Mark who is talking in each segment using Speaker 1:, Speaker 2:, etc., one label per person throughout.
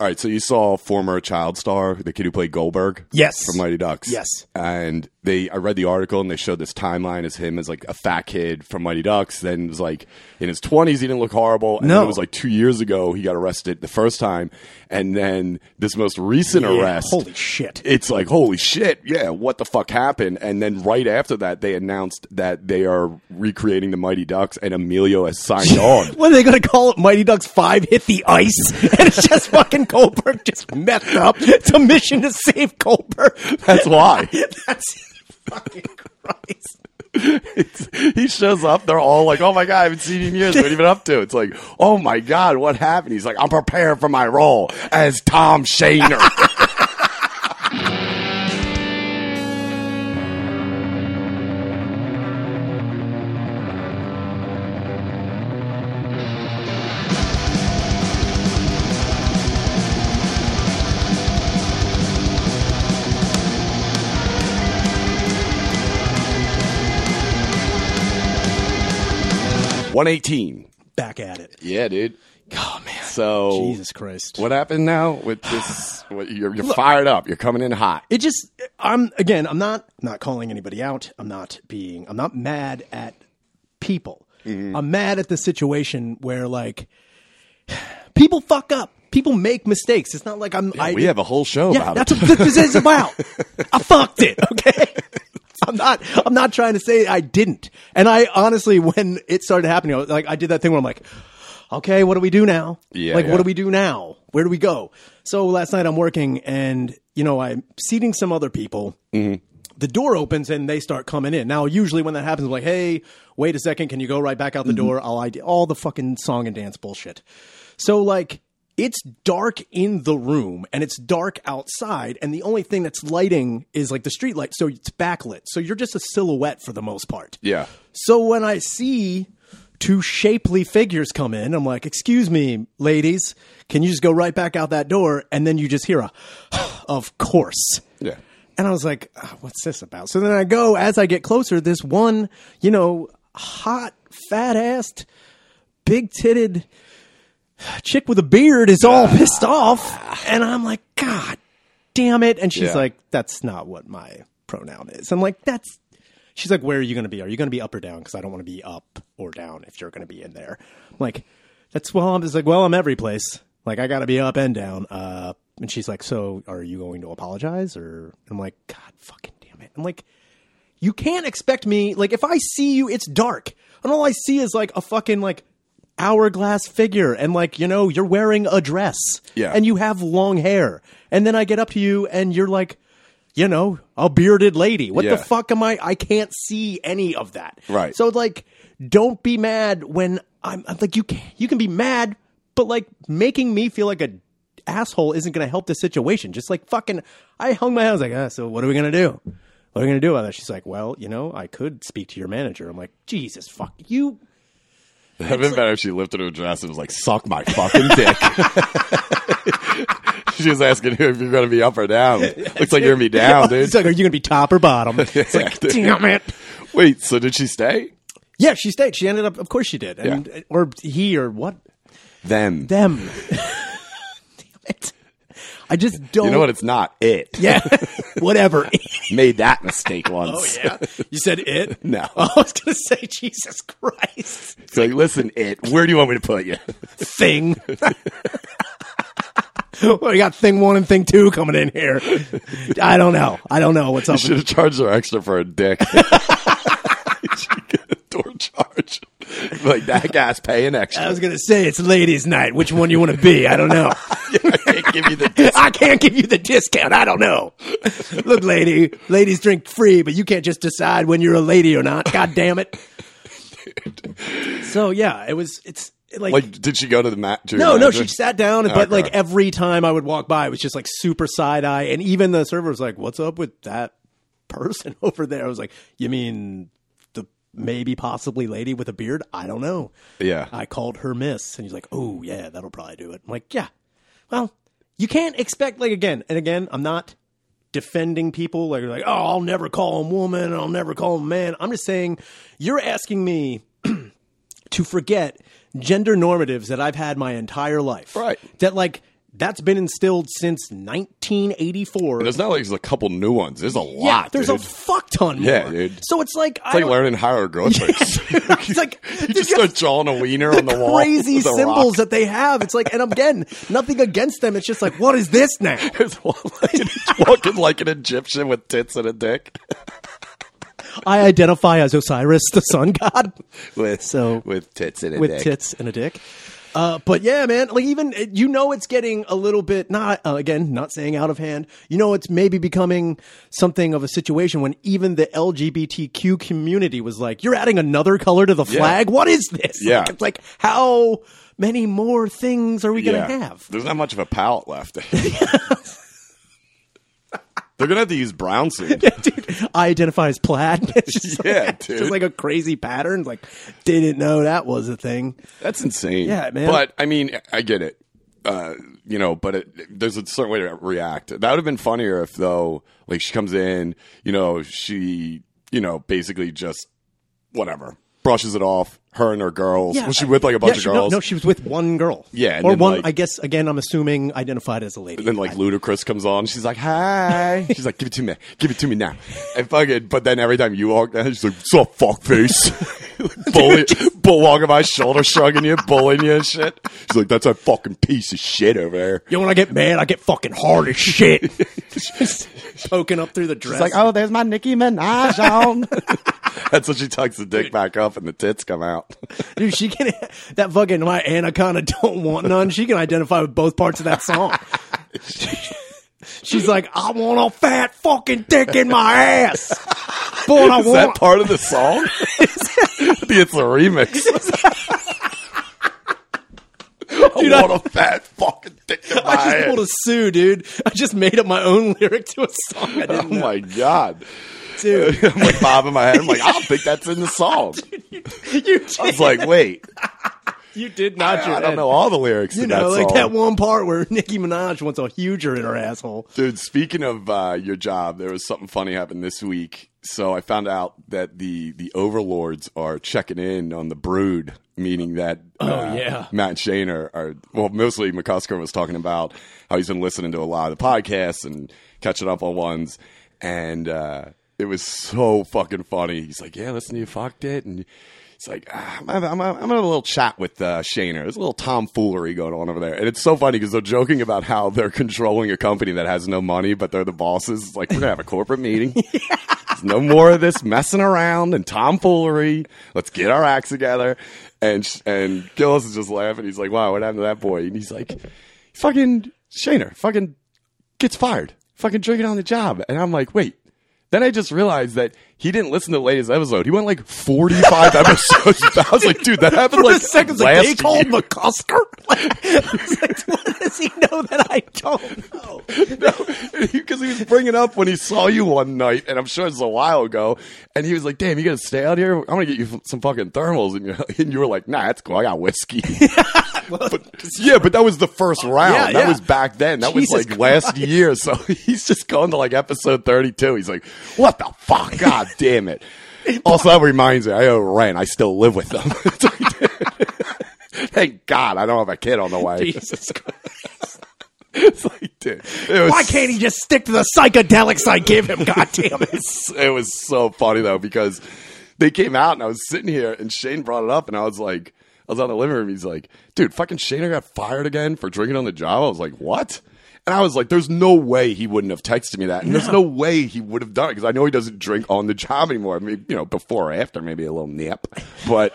Speaker 1: All right, so you saw former child star, the kid who played Goldberg
Speaker 2: Yes.
Speaker 1: from Mighty Ducks.
Speaker 2: Yes.
Speaker 1: And they I read the article and they showed this timeline as him as like a fat kid from Mighty Ducks, then it was like in his 20s he didn't look horrible and then
Speaker 2: No.
Speaker 1: it was like 2 years ago he got arrested the first time and then this most recent
Speaker 2: Yeah,
Speaker 1: arrest
Speaker 2: Holy shit.
Speaker 1: it's like holy shit yeah what the fuck happened and then right after that they announced that they are recreating the mighty ducks and emilio has signed on
Speaker 2: What are they going to call it? Mighty Ducks 5 hit the ice? And it's just fucking Goldberg just messed up. It's a mission to save Goldberg.
Speaker 1: that's why
Speaker 2: That's fucking Christ.
Speaker 1: It's- he shows up they're all like oh my god i haven't seen you in years what have you been up to it's like oh my god what happened he's like i'm prepared for my role as tom shaner one eighteen
Speaker 2: Back at it.
Speaker 1: yeah dude
Speaker 2: Oh, man.
Speaker 1: so
Speaker 2: Jesus Christ.
Speaker 1: what happened now with this what, you're, you're fired up you're coming in hot
Speaker 2: it just i'm again i'm not not calling anybody out i'm not being i'm not mad at people
Speaker 1: Mm-hmm.
Speaker 2: i'm mad at the situation where like people fuck up people make mistakes it's not like i'm I,
Speaker 1: we have a whole show
Speaker 2: yeah
Speaker 1: about
Speaker 2: that's
Speaker 1: it
Speaker 2: what this is about i fucked it okay i'm not i'm not trying to say i didn't and i honestly when it started happening I was, like i did that thing where i'm like okay what do we do now
Speaker 1: Yeah,
Speaker 2: like
Speaker 1: yeah.
Speaker 2: what do we do now where do we go so last night i'm working and you know i'm seating some other people
Speaker 1: Mm-hmm.
Speaker 2: the door opens and they start coming in. Now, usually when that happens, I'm like, hey, wait a second, can you go right back out the
Speaker 1: Mm-hmm.
Speaker 2: door? I'll ID all the fucking song and dance bullshit. So, like, it's dark in the room and it's dark outside, and the only thing that's lighting is like the street light, so it's backlit. So you're just a silhouette for the most part.
Speaker 1: yeah
Speaker 2: So when I see two shapely figures come in, I'm like, "Excuse me, ladies, can you just go right back out that door?" And then you just hear a, "Of course."
Speaker 1: Yeah.
Speaker 2: And I was like, "Ah, "What's this about?" So then I go as I get closer. This one, you know, hot, fat assed, big titted chick with a beard is all pissed off, and I'm like, "God damn it!" And she's
Speaker 1: Yeah.
Speaker 2: like, "That's not what my pronoun is." I'm like, "That's She's like, "Where are you going to be? Are you going to be up or down? Because I don't want to be up or down if you're going to be in there." I'm like, "That's well." I'm just like, "Well, I'm every place. Like, I got to be up and down." Uh, and she's like, "So, are you going to apologize?" Or I'm like, "God, fucking damn it!" I'm like, "You can't expect me. Like, if I see you, it's dark, and all I see is like a fucking like." hourglass figure and like you know you're wearing a dress
Speaker 1: Yeah.
Speaker 2: and you have long hair and then i get up to you and you're like you know, a bearded lady. What
Speaker 1: Yeah.
Speaker 2: the fuck am I? I can't see any of that.
Speaker 1: Right.
Speaker 2: So like, don't be mad when I'm, I'm like you. Can, you can be mad, but like making me feel like a asshole isn't going to help the situation. Just like fucking, I hung my head. I was like, ah, so what are we going to do? What are we going to do about that? She's like, well, you know, I could speak to your manager. I'm like, Jesus, fuck you.
Speaker 1: It would have been better if she lifted her dress and was like, suck my fucking dick. she was asking you if you're going to be up or down. Looks like you're going to be down,
Speaker 2: It's
Speaker 1: dude.
Speaker 2: like, are you going to be top or bottom? It's like, damn it.
Speaker 1: Wait, so did she stay?
Speaker 2: Yeah, she stayed. She ended up, of course she did. And,
Speaker 1: Yeah.
Speaker 2: Or he or what?
Speaker 1: Them.
Speaker 2: them. Damn it. I just don't.
Speaker 1: You know what? It's not it.
Speaker 2: Yeah. Whatever.
Speaker 1: Made that mistake
Speaker 2: Oh,
Speaker 1: once.
Speaker 2: You said it?
Speaker 1: No.
Speaker 2: I was going to say, Jesus Christ.
Speaker 1: It's like, listen, it, where do you want me to put you?
Speaker 2: Thing. well, we got thing one and thing two coming in here. I don't know. I don't know what's up.
Speaker 1: Should have charged her extra for a dick. She'd get a door charge. Like, that guy's paying
Speaker 2: I
Speaker 1: extra.
Speaker 2: was going to say it's ladies' night. Which one you want to be? I don't know.
Speaker 1: I can't give you the dick.
Speaker 2: I can't give you the discount. I don't know. Look, lady, ladies drink free, but you can't just decide when you're a lady or not. God damn it. So yeah, it was. It's like.
Speaker 1: Like, did she go to the mat? to your
Speaker 2: no, no,
Speaker 1: manager?
Speaker 2: she sat down, but like
Speaker 1: Okay.
Speaker 2: every time I would walk by, it was just like super side eye, and even the server was like, "What's up with that person over there?" I was like, "You mean the maybe possibly lady with a beard? I don't know."
Speaker 1: Yeah.
Speaker 2: I called her Miss, and he's like, "Oh yeah, that'll probably do it." I'm like, "Yeah, well, you can't expect like again and again. I'm not defending people like like, oh, I'll never call him woman, and I'll never call him man. I'm just saying you're asking me to forget gender normatives that I've had my entire life.
Speaker 1: Right.
Speaker 2: That like That's been instilled since 1984.
Speaker 1: And it's not like there's a couple new ones. There's a lot.
Speaker 2: yeah, there's
Speaker 1: dude.
Speaker 2: a fuck ton more.
Speaker 1: Yeah, dude.
Speaker 2: So it's like I
Speaker 1: It's like
Speaker 2: don't-
Speaker 1: learning hieroglyphics.
Speaker 2: it's like
Speaker 1: you just start drawing a wiener on the wall.
Speaker 2: crazy
Speaker 1: with a rock.
Speaker 2: symbols that they have. It's like, and again, nothing against them. It's just like, what is this now?
Speaker 1: It's walking- it's walking like an Egyptian with tits and a dick.
Speaker 2: I identify as Osiris, the sun god,
Speaker 1: With,
Speaker 2: So-
Speaker 1: with tits and a
Speaker 2: with
Speaker 1: dick.
Speaker 2: tits and a dick. Uh, but yeah, man, like even uh, you know it's getting a little bit not uh, again not saying out of hand. You know it's maybe becoming something of a situation when even the LGBTQ community was like, "You're adding another color to the flag. What is this?"
Speaker 1: Yeah.
Speaker 2: Like, it's like how many more things are we
Speaker 1: Yeah.
Speaker 2: gonna have?
Speaker 1: There's not much of a palate left. They're going to have to use brown soon.
Speaker 2: dude, I identify as plaid. It's just like,
Speaker 1: Yeah,
Speaker 2: it's
Speaker 1: dude.
Speaker 2: just like a crazy pattern. Like, didn't know that was a thing.
Speaker 1: That's insane.
Speaker 2: Yeah, man.
Speaker 1: But I mean, I get it. Uh, you know, but it, there's a certain way to react. That would have been funnier if, though, like she comes in, you know, she, you know, basically just whatever brushes it off. Her and her girls. was she with like a bunch
Speaker 2: Yeah,
Speaker 1: of
Speaker 2: she- no,
Speaker 1: girls?
Speaker 2: No, she was with one girl.
Speaker 1: Yeah, and
Speaker 2: or
Speaker 1: then,
Speaker 2: one.
Speaker 1: like-
Speaker 2: I guess again, I'm assuming identified as a lady.
Speaker 1: And then like Ludacris comes on, she's like, "Hi," she's like, "Give it to me, give it to me now." And fucking, but then every time you walk down, she's like, "So fuck face, bully, bull walking my shoulder, shrugging you, bullying you and shit." She's like, "That's a fucking piece of shit over there."
Speaker 2: Yo, when I get mad, I get fucking hard as shit. Just poking up through the dress.
Speaker 1: "Oh, there's my Nicki Minaj on." That's when she tucks the dick back up and the tits come out.
Speaker 2: Dude, she can that fucking my anaconda don't want none. She can identify with both parts of that song. She's like, I want a fat fucking dick in my ass. Boy, I
Speaker 1: Is that
Speaker 2: want.
Speaker 1: part of the song? I think it's a remix. I want a fat fucking dick in my
Speaker 2: I just
Speaker 1: ass.
Speaker 2: pulled a Sue, dude. I just made up my own lyric to a song I
Speaker 1: Oh
Speaker 2: didn't know,
Speaker 1: my god.
Speaker 2: dude.
Speaker 1: I'm like bobbing my head. I'm like, I don't think that's in the song.
Speaker 2: You did,
Speaker 1: I was like, wait,
Speaker 2: you did not.
Speaker 1: I don't know all the lyrics
Speaker 2: You
Speaker 1: to
Speaker 2: know,
Speaker 1: that
Speaker 2: like
Speaker 1: song.
Speaker 2: that one part where Nicki Minaj wants a huger in her asshole.
Speaker 1: Dude, speaking of uh, your job, there was something funny happened this week. So I found out that the the overlords are checking in on the brood, meaning that uh,
Speaker 2: Oh, yeah.
Speaker 1: Matt and Shane are, are well, mostly McCusker was talking about how he's been listening to a lot of the podcasts and catching up on ones, and uh, it was so fucking funny. He's like, "Yeah, listen to you fucked it," and he's like, ah, "I'm having, I'm, having- I'm having a little chat with uh, Shaner. There's a little tomfoolery going on over there, and it's so funny because they're joking about how they're controlling a company that has no money, but they're the bosses. It's like we're gonna have a corporate meeting." There's no more of this messing around and tomfoolery. Let's get our acts together. And sh- and Gillis is just laughing. He's like, "Wow, what happened to that boy?" And he's like, "Fucking Shaner, fucking gets fired, fucking drinking on the job." And I'm like, "Wait." Then I just realized that he didn't listen to the latest episode. He went like 45 episodes. I was like, "Dude, that happened like
Speaker 2: the seconds like,
Speaker 1: last
Speaker 2: they called
Speaker 1: year."
Speaker 2: McCusker. Like, I was like, what does he know that I don't know?
Speaker 1: because he was bringing up when he saw you one night, and I'm sure it's a while ago. And he was like, "Damn, you gonna stay out here? I'm gonna get you f- some fucking thermals." And, you're, and you were like, "Nah, that's cool. I got whiskey." but, yeah, but that was the first round.
Speaker 2: Yeah,
Speaker 1: that
Speaker 2: yeah.
Speaker 1: was back then. That
Speaker 2: Jesus
Speaker 1: was like last year. So he's just going to like episode 32. He's like, "What the fuck? God damn it!" Also, that reminds me, I owe rent. I still live with them. Thank God I don't have a kid on the way.
Speaker 2: Jesus Christ.
Speaker 1: It's like, dude, it was
Speaker 2: Why can't he just stick to the psychedelics I give him? God damn it.
Speaker 1: it was so funny though because they came out and I was sitting here and Shane brought it up and I was like, I was on the living room. He's like, dude, fucking Shane got fired again for drinking on the job. I was like, what? And I was like, there's no way he wouldn't have texted me that. And there's no way he would have done it because I know he doesn't drink on the job anymore. I mean, you know, before or after, maybe a little nip. But,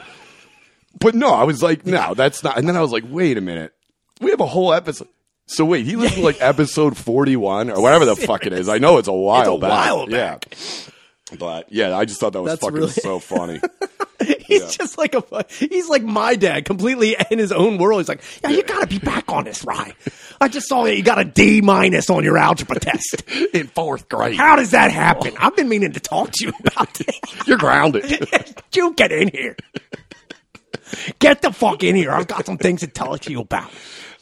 Speaker 1: but no, I was like, no, that's not. And then I was like, wait a minute. We have a whole episode. So wait, he listened to like episode 41 or whatever the fuck it is. I know it's a while
Speaker 2: It's a
Speaker 1: back.
Speaker 2: while
Speaker 1: Yeah. But yeah, I just thought that was
Speaker 2: That's
Speaker 1: fucking
Speaker 2: really-
Speaker 1: so funny.
Speaker 2: He's just like a, fu- he's like my dad, completely in his own world. He's like, yeah, you gotta be back on this, Rye. I just saw that you got a D minus on your algebra test.
Speaker 1: In fourth grade,
Speaker 2: How does that happen? I've been meaning to talk to you about this.
Speaker 1: you're grounded.
Speaker 2: you get in here. Get the fuck in here. I've got some things to tell you about.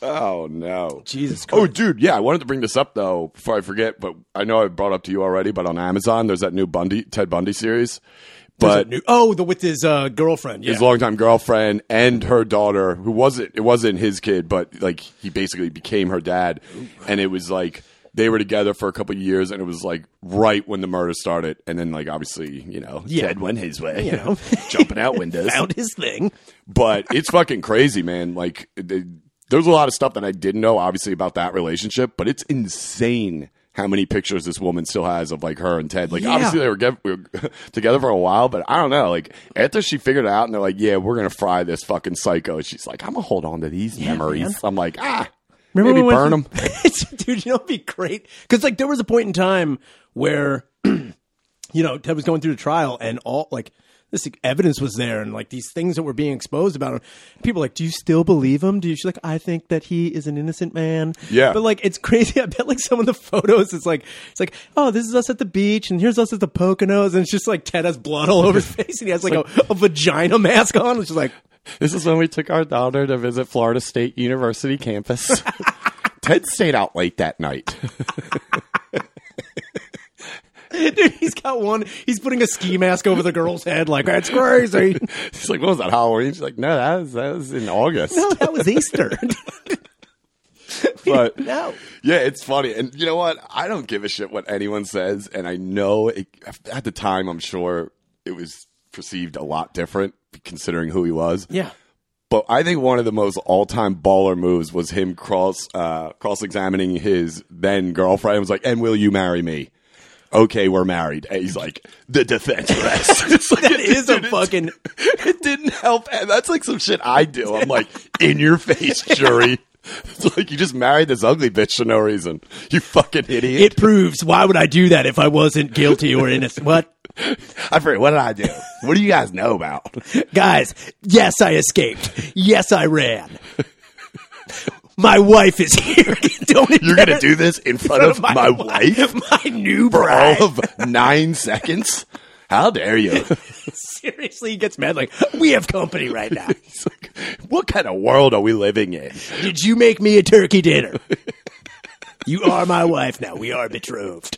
Speaker 1: oh no,
Speaker 2: Jesus
Speaker 1: Oh, dude, yeah, I wanted to bring this up though before I forget, but I know I brought up to you already. But on Amazon, there's that new Bundy Ted Bundy series. But
Speaker 2: New- oh, the with his uh, girlfriend. Yeah.
Speaker 1: his longtime girlfriend and her daughter, who wasn't it wasn't his kid, but like he basically became her dad, and it was like they were together for a couple of years, and it was like right when the murder started, and then like obviously you know
Speaker 2: Yeah.
Speaker 1: Ted went his way,
Speaker 2: You know.
Speaker 1: jumping out windows.
Speaker 2: Found his thing.
Speaker 1: But it's fucking crazy, man. Like they, there's a lot of stuff that I didn't know, obviously about that relationship, but it's insane. How many pictures this woman still has of like her and Ted? Like
Speaker 2: Yeah.
Speaker 1: obviously they were, get, we were together for a while, but I don't know. Like after she figured it out, and they're like, "Yeah, we're gonna fry this fucking psycho." She's like, "I'm gonna hold on to these memories."
Speaker 2: man.
Speaker 1: I'm like, ah,
Speaker 2: Remember
Speaker 1: maybe
Speaker 2: when-
Speaker 1: burn them.
Speaker 2: dude. You know, it'd be great because like there was a point in time where you know Ted was going through the trial and all like this evidence was there and like these things that were being exposed about him. People were like, do you still believe him? Do you? She's like, I think that he is an innocent man.
Speaker 1: Yeah.
Speaker 2: but like it's crazy. I bet like some of the photos, it's like it's like oh, this is us at the beach and here's us at the Poconos and it's just like Ted has blood all over his face and he has like, a, a vagina mask on. It's just like.
Speaker 1: This is when we took our daughter to visit Florida State University campus. Ted stayed out late that night.
Speaker 2: Dude, he's got one. He's putting a ski mask over the girl's head. Like that's crazy.
Speaker 1: She's like, "What was that Halloween?" She's like, "No, that was that was in August."
Speaker 2: No, that was Easter.
Speaker 1: but
Speaker 2: no.
Speaker 1: yeah, it's funny. And you know what? I don't give a shit what anyone says. And I know it, at the time, I'm sure it was perceived a lot different considering who he was.
Speaker 2: Yeah.
Speaker 1: But I think one of the most all time baller moves was him cross uh, cross examining his then girlfriend. It was like, and will you marry me? Okay, we're married. And he's like, the defense rests. It's like,
Speaker 2: That is a
Speaker 1: dude, it-
Speaker 2: fucking
Speaker 1: It didn't help. And that's like some shit I do. I'm like, in your face, jury. It's like you just married this ugly bitch for no reason. You fucking idiot.
Speaker 2: it proves why would I do that if I wasn't guilty or innocent? What?
Speaker 1: I forget. What did I do? What do you guys know about?
Speaker 2: Guys, yes I escaped. Yes I ran. My wife is here. Don't
Speaker 1: You're going to do this in front of my, wife?
Speaker 2: my new
Speaker 1: for
Speaker 2: bride.
Speaker 1: all of nine seconds. How dare you?
Speaker 2: Seriously, he gets mad. Like we have company right now.
Speaker 1: It's like, what kind of world are we living in?
Speaker 2: Did you make me a turkey dinner? you are my wife now. We are betrothed.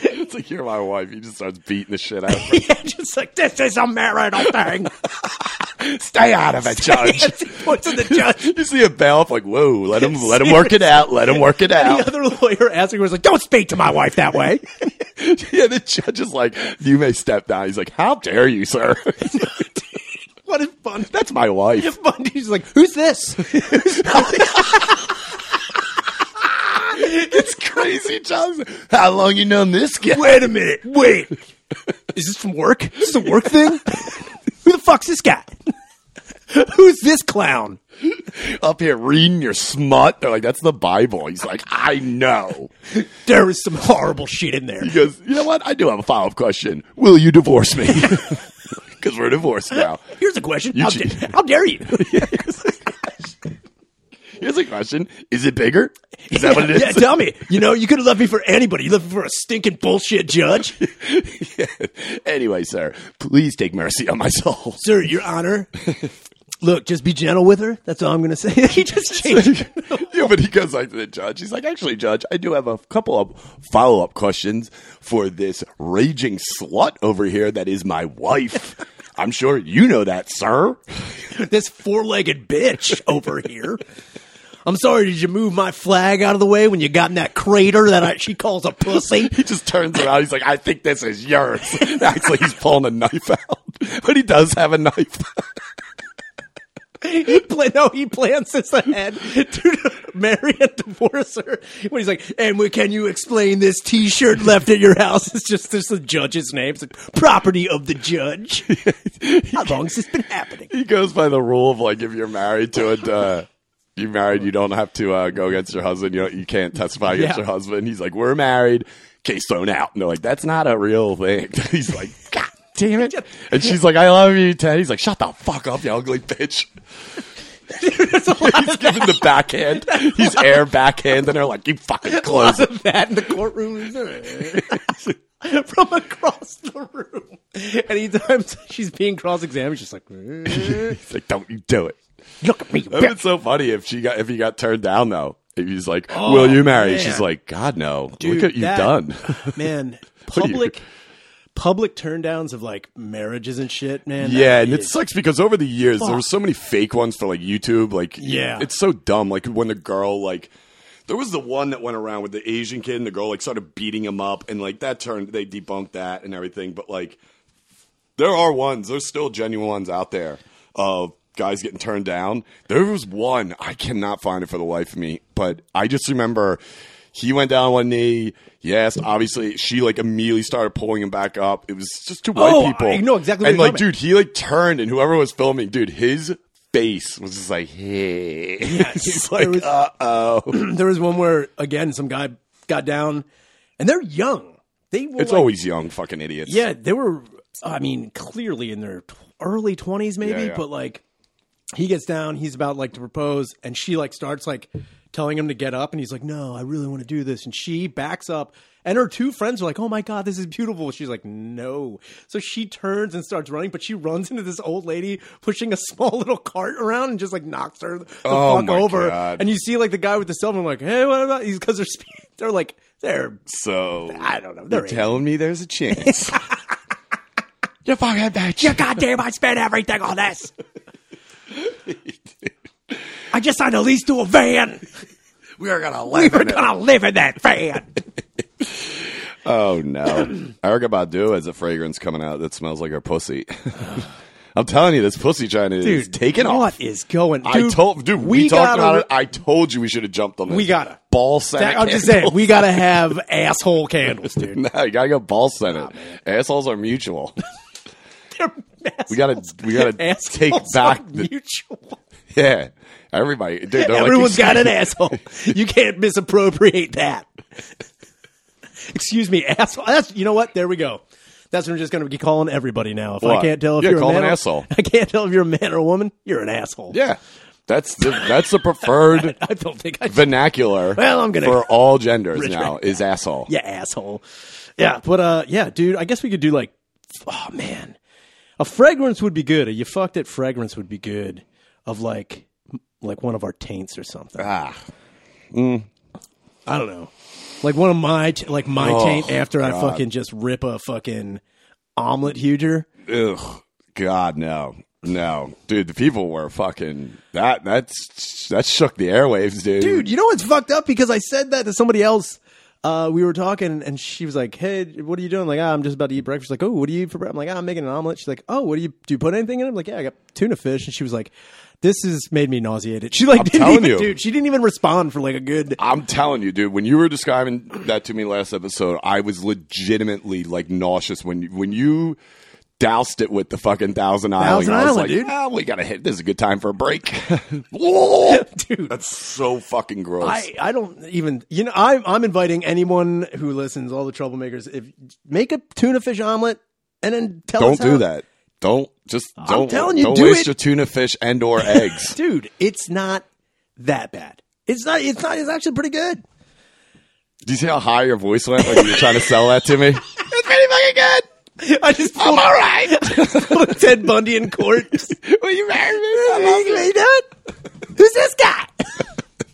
Speaker 1: It's like you're my wife. He just starts beating the shit out of her.
Speaker 2: yeah, just like this is a marital thing.
Speaker 1: Stay out of it, judge.
Speaker 2: Yes, he points at the judge.
Speaker 1: You see a bailiff like, whoa, let him let him work it out. Let him work it
Speaker 2: The
Speaker 1: out.
Speaker 2: other lawyer asking was like, "Don't speak to my wife that way."
Speaker 1: Yeah, the judge is like, you may step down. He's like, how dare you, sir?
Speaker 2: what if fun?
Speaker 1: That's my wife.
Speaker 2: If fun, he's like, "Who's this?"
Speaker 1: It's crazy, Johnson. How long you known this guy?
Speaker 2: Wait a minute. Wait. Is this from work? Is this a work thing? Who the fuck's this guy? Who's this clown?
Speaker 1: Up here reading your smut. They're like, that's the Bible. He's like, I know.
Speaker 2: There is some horrible shit in there.
Speaker 1: He goes, you know what? I do have a follow up question. Will you divorce me? Because we're divorced now.
Speaker 2: Here's a question.
Speaker 1: You
Speaker 2: How,
Speaker 1: cheat.
Speaker 2: da- how dare you?
Speaker 1: Here's a question: Is it bigger? Is that what it is?
Speaker 2: Yeah, tell me. You know, you could have left me for anybody. You left me for a stinking bullshit judge.
Speaker 1: anyway, sir, please take mercy on my soul.
Speaker 2: Sir, Your Honor. Look, just be gentle with her. That's all I'm going to say. he just changed.
Speaker 1: yeah, but he goes like to the judge. He's like, actually, judge, I do have a couple of follow up questions for this raging slut over here that is my wife. I'm sure you know that, sir.
Speaker 2: this four legged bitch over here. I'm sorry, did you move my flag out of the way when you got in that crater that I, she calls a pussy?
Speaker 1: He just turns around. He's like, I think this is yours. Actually, he's pulling a knife out, but he does have a knife.
Speaker 2: He pla- no, he plans this ahead to marry and divorce her. When he's like, and we, can you explain this t shirt left at your house? It's just there's the judge's name. It's like, property of the judge. How long has this been happening?
Speaker 1: he goes by the rule of like if you're married to a uh, you married you don't have to uh, go against your husband you don't, you can't testify against
Speaker 2: Yeah.
Speaker 1: your husband he's like we're married case thrown out and they're like that's not a real thing he's like god damn it and she's like i love you ted he's like shut the fuck up you ugly bitch he's giving the backhand he's air backhand and they're like you fucking close it.
Speaker 2: that in the courtroom from across the room. And anytime she's being cross examined, she's like, "Eh."
Speaker 1: he's like don't you do it
Speaker 2: look at me.
Speaker 1: That would be so funny if she got if he got turned down though. If he's like, "Will you marry?"
Speaker 2: Oh, man.
Speaker 1: She's like, "God no!
Speaker 2: Dude,
Speaker 1: Look what you've
Speaker 2: that-
Speaker 1: done."
Speaker 2: man,
Speaker 1: What are you-
Speaker 2: public public turndowns of like marriages and shit, man.
Speaker 1: Yeah,
Speaker 2: that
Speaker 1: and it
Speaker 2: is-
Speaker 1: sucks because over the years there were so many fake ones for like YouTube. Like,
Speaker 2: Yeah.
Speaker 1: it's so dumb. Like when the girl like. There was the one that went around with the Asian kid, and the girl like started beating him up, and like that turned they debunked that and everything. But like, there are ones. There's still genuine ones out there of guys getting turned down. There was one I cannot find it for the life of me, but I just remember he went down on one knee. Yes, obviously she like immediately started pulling him back up. It was just two white
Speaker 2: Oh,
Speaker 1: people.
Speaker 2: I know exactly what
Speaker 1: And
Speaker 2: you're
Speaker 1: like,
Speaker 2: talking
Speaker 1: dude, he like turned, and whoever was filming, dude, his face was just like, hey, it's like,
Speaker 2: was-
Speaker 1: uh oh.
Speaker 2: there was one where again some guy got down, and they're young. They were
Speaker 1: It's
Speaker 2: like-
Speaker 1: always young fucking idiots.
Speaker 2: yeah, they were. I mean, clearly in their tw- early twenties, maybe,
Speaker 1: Yeah, yeah.
Speaker 2: but like he gets down, he's about like to propose, and she like starts like telling him to get up, and he's like, "No, I really want to do this," and she backs up. And her two friends are like, "Oh my god, this is beautiful." She's like, "No." So she turns and starts running, but she runs into this old lady pushing a small little cart around and just like knocks her the
Speaker 1: Oh
Speaker 2: fuck
Speaker 1: my
Speaker 2: over.
Speaker 1: God.
Speaker 2: And you see like the guy with the cell phone like, "Hey, what about?" He's because they're sp- they're like they're
Speaker 1: So
Speaker 2: I don't know they're
Speaker 1: you're telling me there's a chance. you fucking bitch. You
Speaker 2: goddamn, I spent everything on this. I just signed a lease to a van.
Speaker 1: We are gonna live. in it.
Speaker 2: gonna live in that van.
Speaker 1: Oh no, Erica Badu has a fragrance coming out that smells like her pussy. I'm telling you, this pussy China is taking off.
Speaker 2: What is going? Dude,
Speaker 1: I told, dude, we, talked
Speaker 2: gotta-
Speaker 1: about it. I told you we should have jumped on this.
Speaker 2: We gotta.
Speaker 1: ball scented.
Speaker 2: That- I'm just saying, we gotta have asshole candles, dude.
Speaker 1: no, you gotta go ball scented. Assholes are mutual.
Speaker 2: They're
Speaker 1: We gotta, we gotta
Speaker 2: assholes
Speaker 1: take
Speaker 2: are
Speaker 1: back the
Speaker 2: mutual.
Speaker 1: yeah. Everybody, dude, they're like,
Speaker 2: Everyone's
Speaker 1: "Excuse
Speaker 2: got an asshole. You can't misappropriate that. Excuse me, asshole. That's you know what? There we go. That's what I'm just going to be calling everybody now. If I
Speaker 1: What?
Speaker 2: can't tell if
Speaker 1: Yeah,
Speaker 2: you're
Speaker 1: call
Speaker 2: a man
Speaker 1: them
Speaker 2: or-
Speaker 1: asshole.
Speaker 2: I can't tell if you're a man or a woman. You're an asshole.
Speaker 1: Yeah, that's the that's the preferred
Speaker 2: I don't think I.
Speaker 1: vernacular.
Speaker 2: Well, I'm gonna-
Speaker 1: for all genders
Speaker 2: Rich
Speaker 1: now is asshole.
Speaker 2: yeah, asshole. Yeah, but uh, yeah, dude. I guess we could do like, oh man, a fragrance would be good. A you fucked it fragrance would be good. Of like, like one of our taints or something.
Speaker 1: Ah,
Speaker 2: I don't know. Like one of my t- like my
Speaker 1: Oh,
Speaker 2: taint after I
Speaker 1: God.
Speaker 2: fucking just rip a fucking omelet huger.
Speaker 1: ugh, God, no, no, dude. The people were fucking that. That's that shook the airwaves, dude.
Speaker 2: Dude, you know what's fucked up because I said that to somebody else. Uh, we were talking and she was like, "Hey, what are you doing?" I'm like, ah, "I'm just about to eat breakfast." Like, "Oh, what do you eat for breakfast?" I'm like, ah, "I'm making an omelet." She's like, "Oh, what do you do? You put anything in it?" I'm like, "Yeah, I got tuna fish." And she was like, "This has made me nauseated." She like didn't
Speaker 1: telling
Speaker 2: even,
Speaker 1: you.
Speaker 2: dude. She didn't even respond for like a good.
Speaker 1: I'm telling you, dude. When you were describing that to me last episode, I was legitimately like nauseous when you, when you doused it with the fucking Thousand Island.
Speaker 2: Thousand
Speaker 1: I was
Speaker 2: Island,
Speaker 1: like,
Speaker 2: dude.
Speaker 1: "Ah, we gotta hit. This is a good time for a break, dude.
Speaker 2: Dude.
Speaker 1: That's so fucking gross.
Speaker 2: I, I don't even you know I'm I'm inviting anyone who listens all the troublemakers if make a tuna fish omelet and then tell us
Speaker 1: don't
Speaker 2: how-
Speaker 1: do that. Don't just don't.
Speaker 2: telling you,
Speaker 1: don't
Speaker 2: do
Speaker 1: waste
Speaker 2: it.
Speaker 1: your tuna fish and or eggs.
Speaker 2: dude it's not that bad it's not it's not it's actually pretty good
Speaker 1: Do you see how high your voice went when you were trying to sell that to me? It's pretty fucking good.
Speaker 2: I just
Speaker 1: I'm all
Speaker 2: pulled,
Speaker 1: right.
Speaker 2: pulled a Ted Bundy in court
Speaker 1: Will you marry me? I love you.
Speaker 2: who's this guy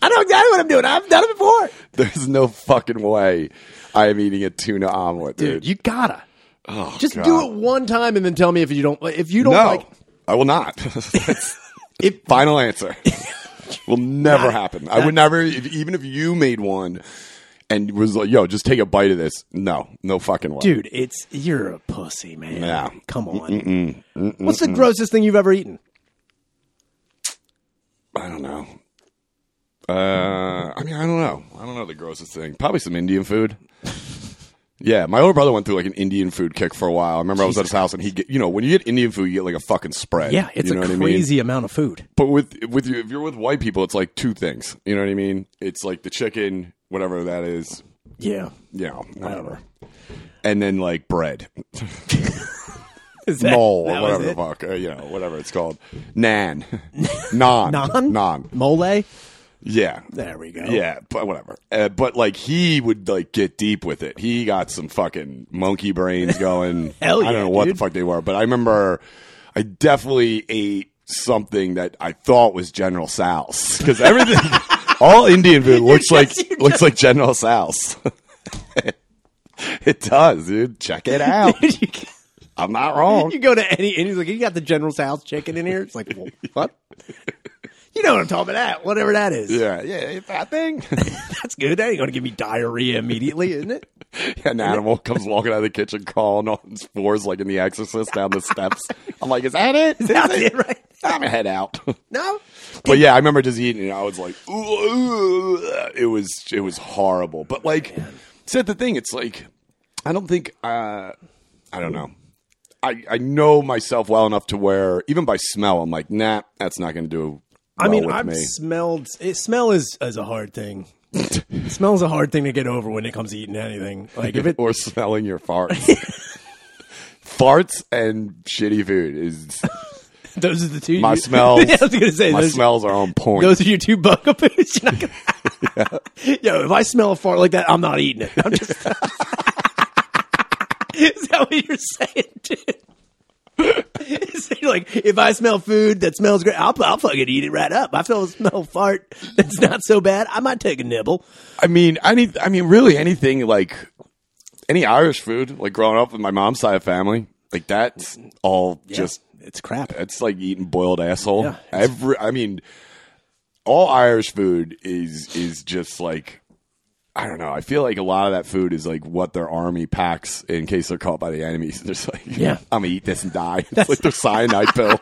Speaker 2: I know exactly what I'm doing I've done it before
Speaker 1: There's no fucking way I am eating a tuna omelet, dude.
Speaker 2: dude you gotta
Speaker 1: Oh,
Speaker 2: just
Speaker 1: God.
Speaker 2: do it one time and then tell me if you don't if you
Speaker 1: No,
Speaker 2: don't like
Speaker 1: I will not.
Speaker 2: If-
Speaker 1: Final answer. will never happen. I would never, if, even if you made one and was like, yo, just take a bite of this. No, no fucking way.
Speaker 2: dude it's you're a pussy man
Speaker 1: Yeah.
Speaker 2: come on what's the grossest thing you've ever eaten
Speaker 1: I don't know. Uh, I mean, I don't know. I don't know the grossest thing. Probably some Indian food. Yeah, my older brother went through like an Indian food kick for a while. I remember I was at his house and he, get, you know, when you get Indian food, you get like a fucking spread.
Speaker 2: Yeah, it's
Speaker 1: you know
Speaker 2: a
Speaker 1: what I mean?
Speaker 2: crazy amount of food.
Speaker 1: But with with you, if you're with white people, it's like two things. You know what I mean? It's like the chicken, whatever that is.
Speaker 2: Yeah.
Speaker 1: You know, whatever. And then like bread,
Speaker 2: Is that,
Speaker 1: mole, or
Speaker 2: that
Speaker 1: whatever
Speaker 2: was
Speaker 1: the
Speaker 2: it?
Speaker 1: fuck, uh, you know, whatever it's called, nan, non,
Speaker 2: Naan?
Speaker 1: non,
Speaker 2: Mole?
Speaker 1: yeah,
Speaker 2: There we go.
Speaker 1: Yeah, but whatever. Uh, but like he would like get deep with it. He got some fucking monkey brains going.
Speaker 2: Hell
Speaker 1: I
Speaker 2: yeah,
Speaker 1: don't know what
Speaker 2: dude.
Speaker 1: the fuck they were, but I remember I definitely ate something that I thought was General Sal's because everything, all Indian food looks
Speaker 2: Yes, you
Speaker 1: like looks like General Sal's. It does, dude. Check it out.
Speaker 2: you,
Speaker 1: I'm not wrong.
Speaker 2: you go to any, and he's like, you got the general's house chicken in here? It's like, well, what? You know what I'm talking about, whatever that is.
Speaker 1: Yeah, yeah, it's that thing.
Speaker 2: That's good. That ain't going to give me diarrhea immediately, isn't it?
Speaker 1: An animal comes walking out of the kitchen crawling on its fours like in The Exorcist down the steps. I'm like, is that it? Is
Speaker 2: That's
Speaker 1: it?
Speaker 2: it, right?
Speaker 1: I'm gonna head out.
Speaker 2: No?
Speaker 1: but yeah, I remember just eating it. I was like, ooh, ooh. it was it was horrible. But like, said the thing. It's like I don't think uh, I don't know. I I know myself well enough to where even by smell, I'm like, nah, that's not gonna do.
Speaker 2: I
Speaker 1: well
Speaker 2: mean,
Speaker 1: with
Speaker 2: I've
Speaker 1: me.
Speaker 2: smelled. It, smell is is a hard thing. Smell's a hard thing to get over when it comes to eating anything. Like if it,
Speaker 1: or smelling your farts. farts and shitty food is
Speaker 2: those are the two.
Speaker 1: My
Speaker 2: you-
Speaker 1: smells-
Speaker 2: I was gonna say
Speaker 1: my
Speaker 2: those,
Speaker 1: smells are on point.
Speaker 2: those are your two bugaboos. You're not gonna. Yo, if I smell a fart like that, I'm not eating it. I'm just. is that what you're saying, dude? so you're like, if I smell food that smells great, I'll, I'll fucking eat it right up. I feel a smell fart that's not so bad. I might take a nibble.
Speaker 1: I mean, I need. I mean, really, anything like any Irish food, like growing up with my mom's side of family, like that's all just.
Speaker 2: it's crap.
Speaker 1: That's like eating boiled asshole.
Speaker 2: Yeah.
Speaker 1: Every, I mean, all Irish food is is just like. I don't know. I feel like a lot of that food is like what their army packs in case they're caught by the enemy. So they're just like,
Speaker 2: Yeah.
Speaker 1: I'm gonna eat this and die. It's like their cyanide pill.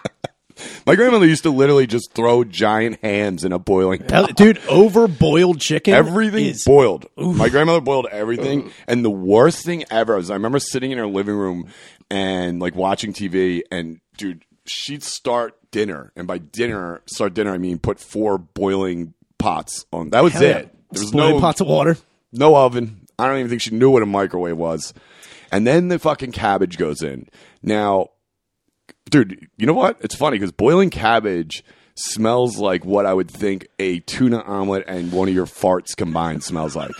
Speaker 1: My grandmother used to literally just throw giant hams in a boiling pot.
Speaker 2: Hell, dude, over boiled chicken.
Speaker 1: Everything
Speaker 2: is-
Speaker 1: boiled. My grandmother boiled everything. And the worst thing ever is I remember sitting in her living room and like watching TV and dude, she'd start dinner. And by dinner, start dinner, I mean put four boiling pots on. That was
Speaker 2: Hell yeah.
Speaker 1: it. There was
Speaker 2: Boiling
Speaker 1: no,
Speaker 2: pots of water.
Speaker 1: no oven. I don't even think she knew what a microwave was. And then the fucking cabbage goes in. Now, dude, you know what? It's funny because boiling cabbage smells like what I would think a tuna omelet and one of your farts combined smells like.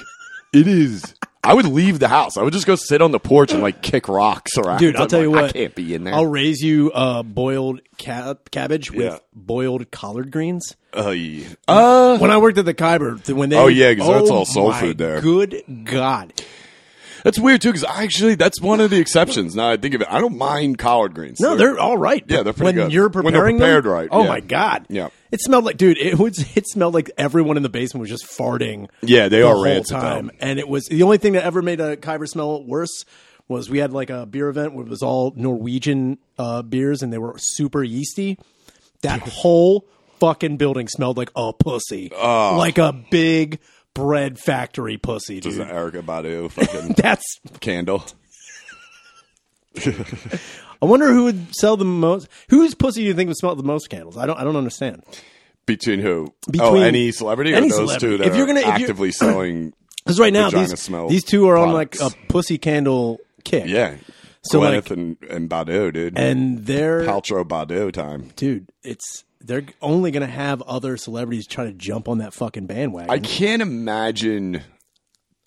Speaker 1: It is. I would leave the house. I would just go sit on the porch and like kick rocks around.
Speaker 2: Dude, I'll
Speaker 1: I'm
Speaker 2: tell you
Speaker 1: like,
Speaker 2: what.
Speaker 1: I can't be in there.
Speaker 2: I'll raise you uh, boiled ca- cabbage with
Speaker 1: Yeah.
Speaker 2: boiled collard greens.
Speaker 1: Uh, yeah. Uh,
Speaker 2: When I worked at the Khyber, th- when they
Speaker 1: Oh, yeah, 'cause that's all soul
Speaker 2: my
Speaker 1: food there.
Speaker 2: Good God,
Speaker 1: that's weird too because actually that's one of the exceptions. Now that I think of it, I don't mind collard greens.
Speaker 2: no, they're all right.
Speaker 1: Yeah, they're pretty
Speaker 2: when
Speaker 1: good.
Speaker 2: you're
Speaker 1: When
Speaker 2: preparing
Speaker 1: they're prepared
Speaker 2: them,
Speaker 1: right,
Speaker 2: Oh
Speaker 1: yeah.
Speaker 2: my God,
Speaker 1: Yeah.
Speaker 2: It smelled like, dude, it was. It smelled like everyone in the basement was just farting.
Speaker 1: Yeah, they
Speaker 2: the
Speaker 1: are
Speaker 2: whole
Speaker 1: rancid, though.
Speaker 2: time, and it was the only thing that ever made a Kyber smell worse was we had like a beer event where it was all Norwegian uh, beers and they were super yeasty. That whole fucking building smelled like a pussy,
Speaker 1: Oh.
Speaker 2: like a big bread factory pussy,
Speaker 1: Is
Speaker 2: dude.
Speaker 1: that Erica Badu fucking
Speaker 2: That's.
Speaker 1: candle?
Speaker 2: I wonder who would sell the most. Whose pussy do you think would smell the most candles? I don't. I don't understand.
Speaker 1: Between who? oh,
Speaker 2: Between-
Speaker 1: any celebrity or
Speaker 2: any
Speaker 1: those
Speaker 2: celebrity.
Speaker 1: two that
Speaker 2: If you're
Speaker 1: are
Speaker 2: gonna- if you're-
Speaker 1: actively selling?
Speaker 2: Because right now
Speaker 1: Vagina
Speaker 2: these
Speaker 1: smell
Speaker 2: these two are on like
Speaker 1: products.
Speaker 2: a pussy candle kick.
Speaker 1: Yeah,
Speaker 2: So,
Speaker 1: Gwyneth
Speaker 2: like-
Speaker 1: and, and Badu, dude.
Speaker 2: and they're
Speaker 1: Paltrow Badu time.
Speaker 2: dude, it's they're only gonna have other celebrities try to jump on that fucking bandwagon.
Speaker 1: I can't imagine.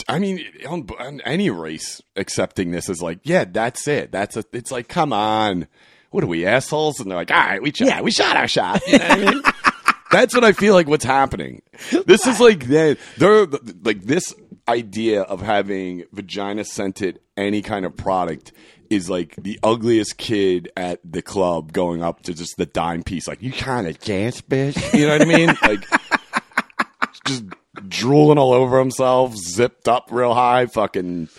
Speaker 1: I mean, on, on any race accepting this is like, yeah, that's it. That's a. It's like, come on, what are we assholes? And they're like, all right, we shot,
Speaker 2: Yeah.
Speaker 1: we shot our shot. You know what I mean? That's what I feel like. What's happening? This is like they they're like this idea of having vagina scented any kind of product is like the ugliest kid at the club going up to just the dime piece. Like you kind of dance, bitch. You know what I mean? Like just drooling all over himself, zipped up real high, fucking.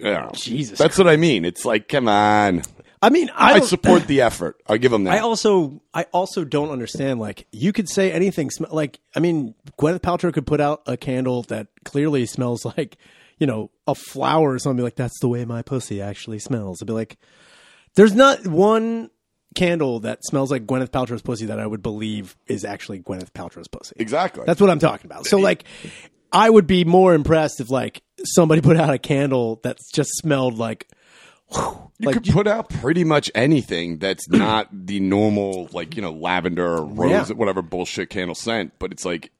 Speaker 1: Yeah.
Speaker 2: Jesus
Speaker 1: That's what I mean. It's like, come on.
Speaker 2: I mean, I,
Speaker 1: I
Speaker 2: don't-
Speaker 1: support the effort. I'll give him that.
Speaker 2: I also, I also don't understand. Like, you could say anything. Sm- like, I mean, Gwyneth Paltrow could put out a candle that clearly smells like, you know, a flower or something. Like, that's the way my pussy actually smells. I'd be like, there's not one candle that smells like Gwyneth Paltrow's pussy that I would believe is actually Gwyneth Paltrow's pussy.
Speaker 1: exactly.
Speaker 2: That's what I'm talking about. So like, I would be more impressed if like somebody put out a candle that just smelled like. whew,
Speaker 1: you
Speaker 2: like
Speaker 1: could put out pretty much anything that's not the normal, like, you know, lavender or rose,
Speaker 2: Yeah.
Speaker 1: whatever bullshit candle scent. But it's like,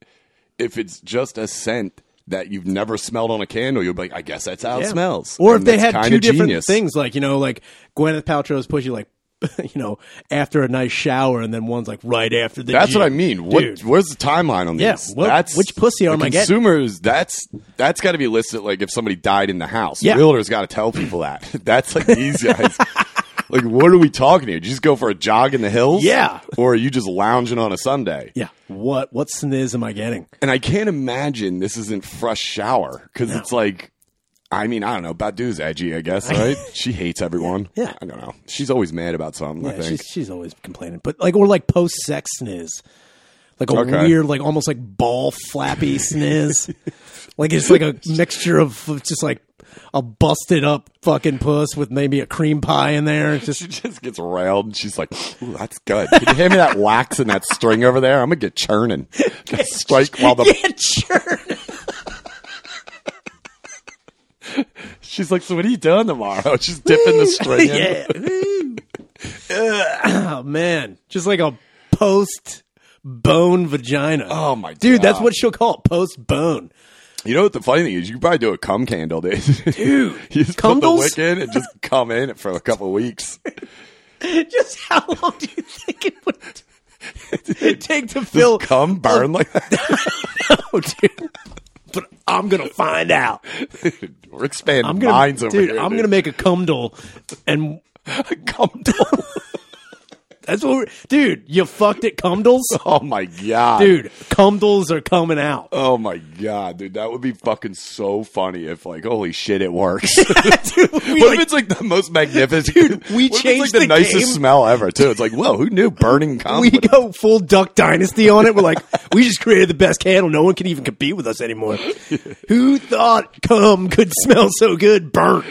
Speaker 1: if it's just a scent that you've never smelled on a candle, you'll be like, I guess that's how it
Speaker 2: Yeah.
Speaker 1: smells.
Speaker 2: Or if
Speaker 1: And
Speaker 2: they
Speaker 1: that's
Speaker 2: had
Speaker 1: kinda
Speaker 2: two different
Speaker 1: genius.
Speaker 2: things, like you know, like Gwyneth Paltrow's pussy, like you know, after a nice shower, and then one's like right after the.
Speaker 1: That's what I
Speaker 2: gym.
Speaker 1: mean. What?
Speaker 2: Dude.
Speaker 1: Where's the timeline on
Speaker 2: Yeah,
Speaker 1: this?
Speaker 2: what-
Speaker 1: that's
Speaker 2: which pussy
Speaker 1: the
Speaker 2: am I getting?
Speaker 1: Consumers. That's that's got to be listed. Like if somebody died in the house,
Speaker 2: Yeah.
Speaker 1: realtors got to tell people that. that's like these guys. like what are we talking here? Did you just go for a jog in the hills?
Speaker 2: Yeah.
Speaker 1: Or are you just lounging on a Sunday?
Speaker 2: Yeah. What what sniz am I getting?
Speaker 1: And I can't imagine this isn't fresh shower because it's like. I mean, I don't know. Badu's edgy, I guess, right? she hates everyone.
Speaker 2: Yeah.
Speaker 1: I don't know. She's always mad about something, I
Speaker 2: Yeah,
Speaker 1: think.
Speaker 2: she's she's always complaining, but like or like post sex sniz, like a
Speaker 1: Okay.
Speaker 2: weird, like almost like ball flappy sniz, like it's like a mixture of of just like a busted up fucking puss with maybe a cream pie in there. It's just
Speaker 1: She just gets railed and she's like, Ooh, that's good. Can you hand me that wax and that string over there? I'm gonna get churning. Gonna strike while the
Speaker 2: yeah, sure.
Speaker 1: she's like, So what are you doing tomorrow? She's dipping the string in.
Speaker 2: yeah. Ooh. Ugh. oh man, just like a post bone vagina.
Speaker 1: Oh, my
Speaker 2: dude, that's
Speaker 1: God.
Speaker 2: what she'll call it, post bone.
Speaker 1: You know what the funny thing is? You could probably do a cum candle, dude. Dude. you just put the
Speaker 2: cumdles?
Speaker 1: wick in and just cum in it for a couple weeks.
Speaker 2: Just how long do you think it would take to fill?
Speaker 1: Cum burn like that.
Speaker 2: Oh, dude. But I'm gonna find out.
Speaker 1: We're expanding
Speaker 2: I'm gonna,
Speaker 1: minds over
Speaker 2: dude.
Speaker 1: here.
Speaker 2: I'm gonna make a cumdle, and
Speaker 1: cumdle.
Speaker 2: that's what, we're, dude. You fucked it, cumdles,
Speaker 1: Oh my god.
Speaker 2: dude. Cumdles are coming out.
Speaker 1: Oh my god, dude. That would be fucking so funny if like, holy shit, it works.
Speaker 2: dude, we,
Speaker 1: what
Speaker 2: like,
Speaker 1: if it's like the most magnificent? Dude,
Speaker 2: we
Speaker 1: what if it's like
Speaker 2: changed
Speaker 1: the,
Speaker 2: the
Speaker 1: nicest
Speaker 2: game?
Speaker 1: smell ever too. It's like, whoa, who knew burning cum?
Speaker 2: we
Speaker 1: would-
Speaker 2: go full Duck Dynasty on it. We're like, we just created the best candle. No one can even compete with us anymore. Who thought cum could smell so good? Burnt.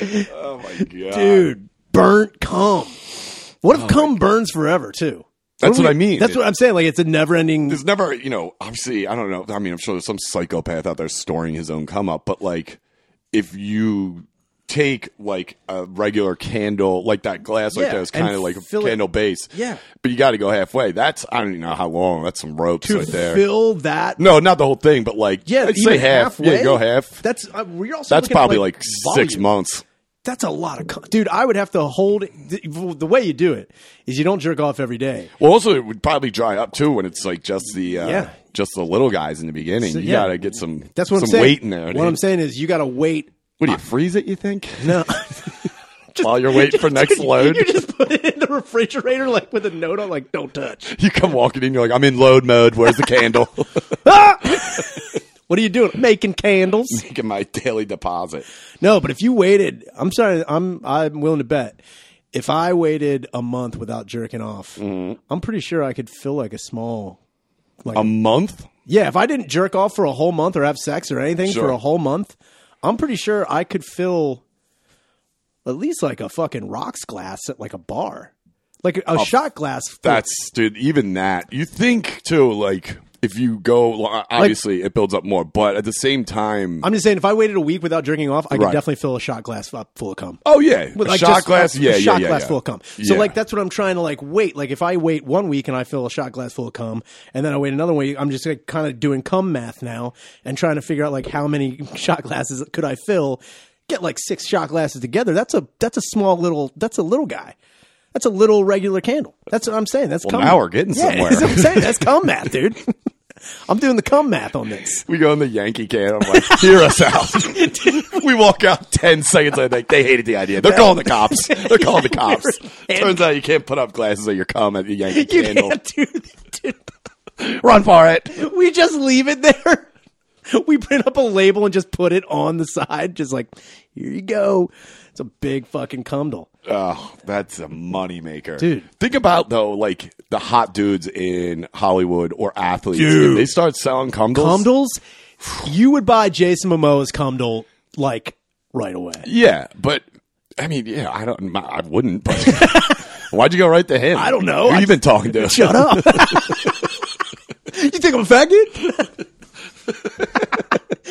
Speaker 1: oh my god,
Speaker 2: dude, burnt cum. What if cum burns forever too?
Speaker 1: Oh, That's
Speaker 2: do
Speaker 1: what
Speaker 2: we-
Speaker 1: I mean.
Speaker 2: That's what I'm saying. Like it's a never ending.
Speaker 1: There's never, you know, obviously, I don't know. I mean, I'm sure there's some psychopath out there storing his own cum up, but like, if you take like a regular candle, like that glass right
Speaker 2: Yeah,
Speaker 1: there is
Speaker 2: and
Speaker 1: kind of like a
Speaker 2: fill it-
Speaker 1: candle base.
Speaker 2: Yeah.
Speaker 1: But you got to go halfway. That's, I don't even know how long. That's some ropes
Speaker 2: To
Speaker 1: right there.
Speaker 2: fill that.
Speaker 1: no, not the whole thing, but like,
Speaker 2: Yeah,
Speaker 1: I'd
Speaker 2: even
Speaker 1: say half.
Speaker 2: halfway?
Speaker 1: Yeah, go half.
Speaker 2: That's uh, we're also
Speaker 1: That's
Speaker 2: looking at,
Speaker 1: probably like, six
Speaker 2: volume.
Speaker 1: months.
Speaker 2: That's a lot of cum. dude. I would have to hold th- the way you do it is you don't jerk off every day.
Speaker 1: Well, also it would probably dry up too when it's like just the uh,
Speaker 2: Yeah.
Speaker 1: just the little guys in the beginning. you
Speaker 2: yeah.
Speaker 1: gotta get some
Speaker 2: That's what
Speaker 1: some
Speaker 2: I'm saying.
Speaker 1: weight in there.
Speaker 2: What
Speaker 1: dude.
Speaker 2: I'm saying is you got to wait.
Speaker 1: what do you freeze it? You think
Speaker 2: No,
Speaker 1: while you're waiting for next load,
Speaker 2: you just put it in the refrigerator like with a note on like don't touch.
Speaker 1: you come walking in. You're like, I'm in load mode. Where's the candle?
Speaker 2: What are you doing? Making candles.
Speaker 1: Making my daily deposit.
Speaker 2: No, but if you waited, I'm sorry, I'm I'm willing to bet. If I waited a month without jerking off,
Speaker 1: Mm-hmm.
Speaker 2: I'm pretty sure I could feel like a small.
Speaker 1: A month.
Speaker 2: Yeah, if I didn't jerk off for a whole month or have sex or anything for
Speaker 1: Sure.
Speaker 2: a whole month, I'm pretty sure I could fill at least like a fucking rocks glass at like a bar, like a
Speaker 1: Oh,
Speaker 2: shot glass. full.
Speaker 1: That's dude. Even that. You think too. Like if you go, obviously it builds up more, but at the same time.
Speaker 2: I'm just saying, if I waited a week without drinking off, I could
Speaker 1: Right.
Speaker 2: definitely fill a shot glass up full of cum.
Speaker 1: Oh yeah,
Speaker 2: With,
Speaker 1: a
Speaker 2: like,
Speaker 1: shot
Speaker 2: just
Speaker 1: glass.
Speaker 2: a-
Speaker 1: yeah,
Speaker 2: a
Speaker 1: yeah,
Speaker 2: shot
Speaker 1: yeah,
Speaker 2: glass
Speaker 1: yeah.
Speaker 2: full of cum. So
Speaker 1: Yeah.
Speaker 2: like that's what I'm trying to like wait. Like if I wait one week and I fill a shot glass full of cum, and then I wait another week, I'm just like kind of doing cum math now and trying to figure out like how many shot glasses could I fill. Get like six shot glasses together. That's a that's a small little that's a little guy. That's a little regular candle. That's what I'm saying. That's cum.
Speaker 1: now we're getting
Speaker 2: Yeah,
Speaker 1: somewhere.
Speaker 2: That's what I'm saying. That's cum math, dude. I'm doing the cum math on this.
Speaker 1: We go in the Yankee can. I'm like, hear us out. we walk out 10 seconds later. Like, they hated the idea. They're calling the cops. They're calling the cops.
Speaker 2: And-
Speaker 1: Turns out you can't put up glasses at your cum at the Yankee
Speaker 2: You
Speaker 1: candle.
Speaker 2: can't do that, dude.
Speaker 1: Run for it.
Speaker 2: we just leave it there. We print up a label and just put it on the side, just like, here you go. It's a big fucking cumdle.
Speaker 1: Oh, that's a moneymaker.
Speaker 2: Dude.
Speaker 1: Think about, though, like the hot dudes in Hollywood or athletes.
Speaker 2: Dude.
Speaker 1: If they start selling cumdles.
Speaker 2: Cumdles, you would buy Jason Momoa's cumdle like right away.
Speaker 1: Yeah, but I mean, yeah, I don't, I wouldn't, but why'd you go right to him? I
Speaker 2: don't know.
Speaker 1: Who
Speaker 2: I-
Speaker 1: you been talking to?
Speaker 2: Shut up. you think I'm a faggot?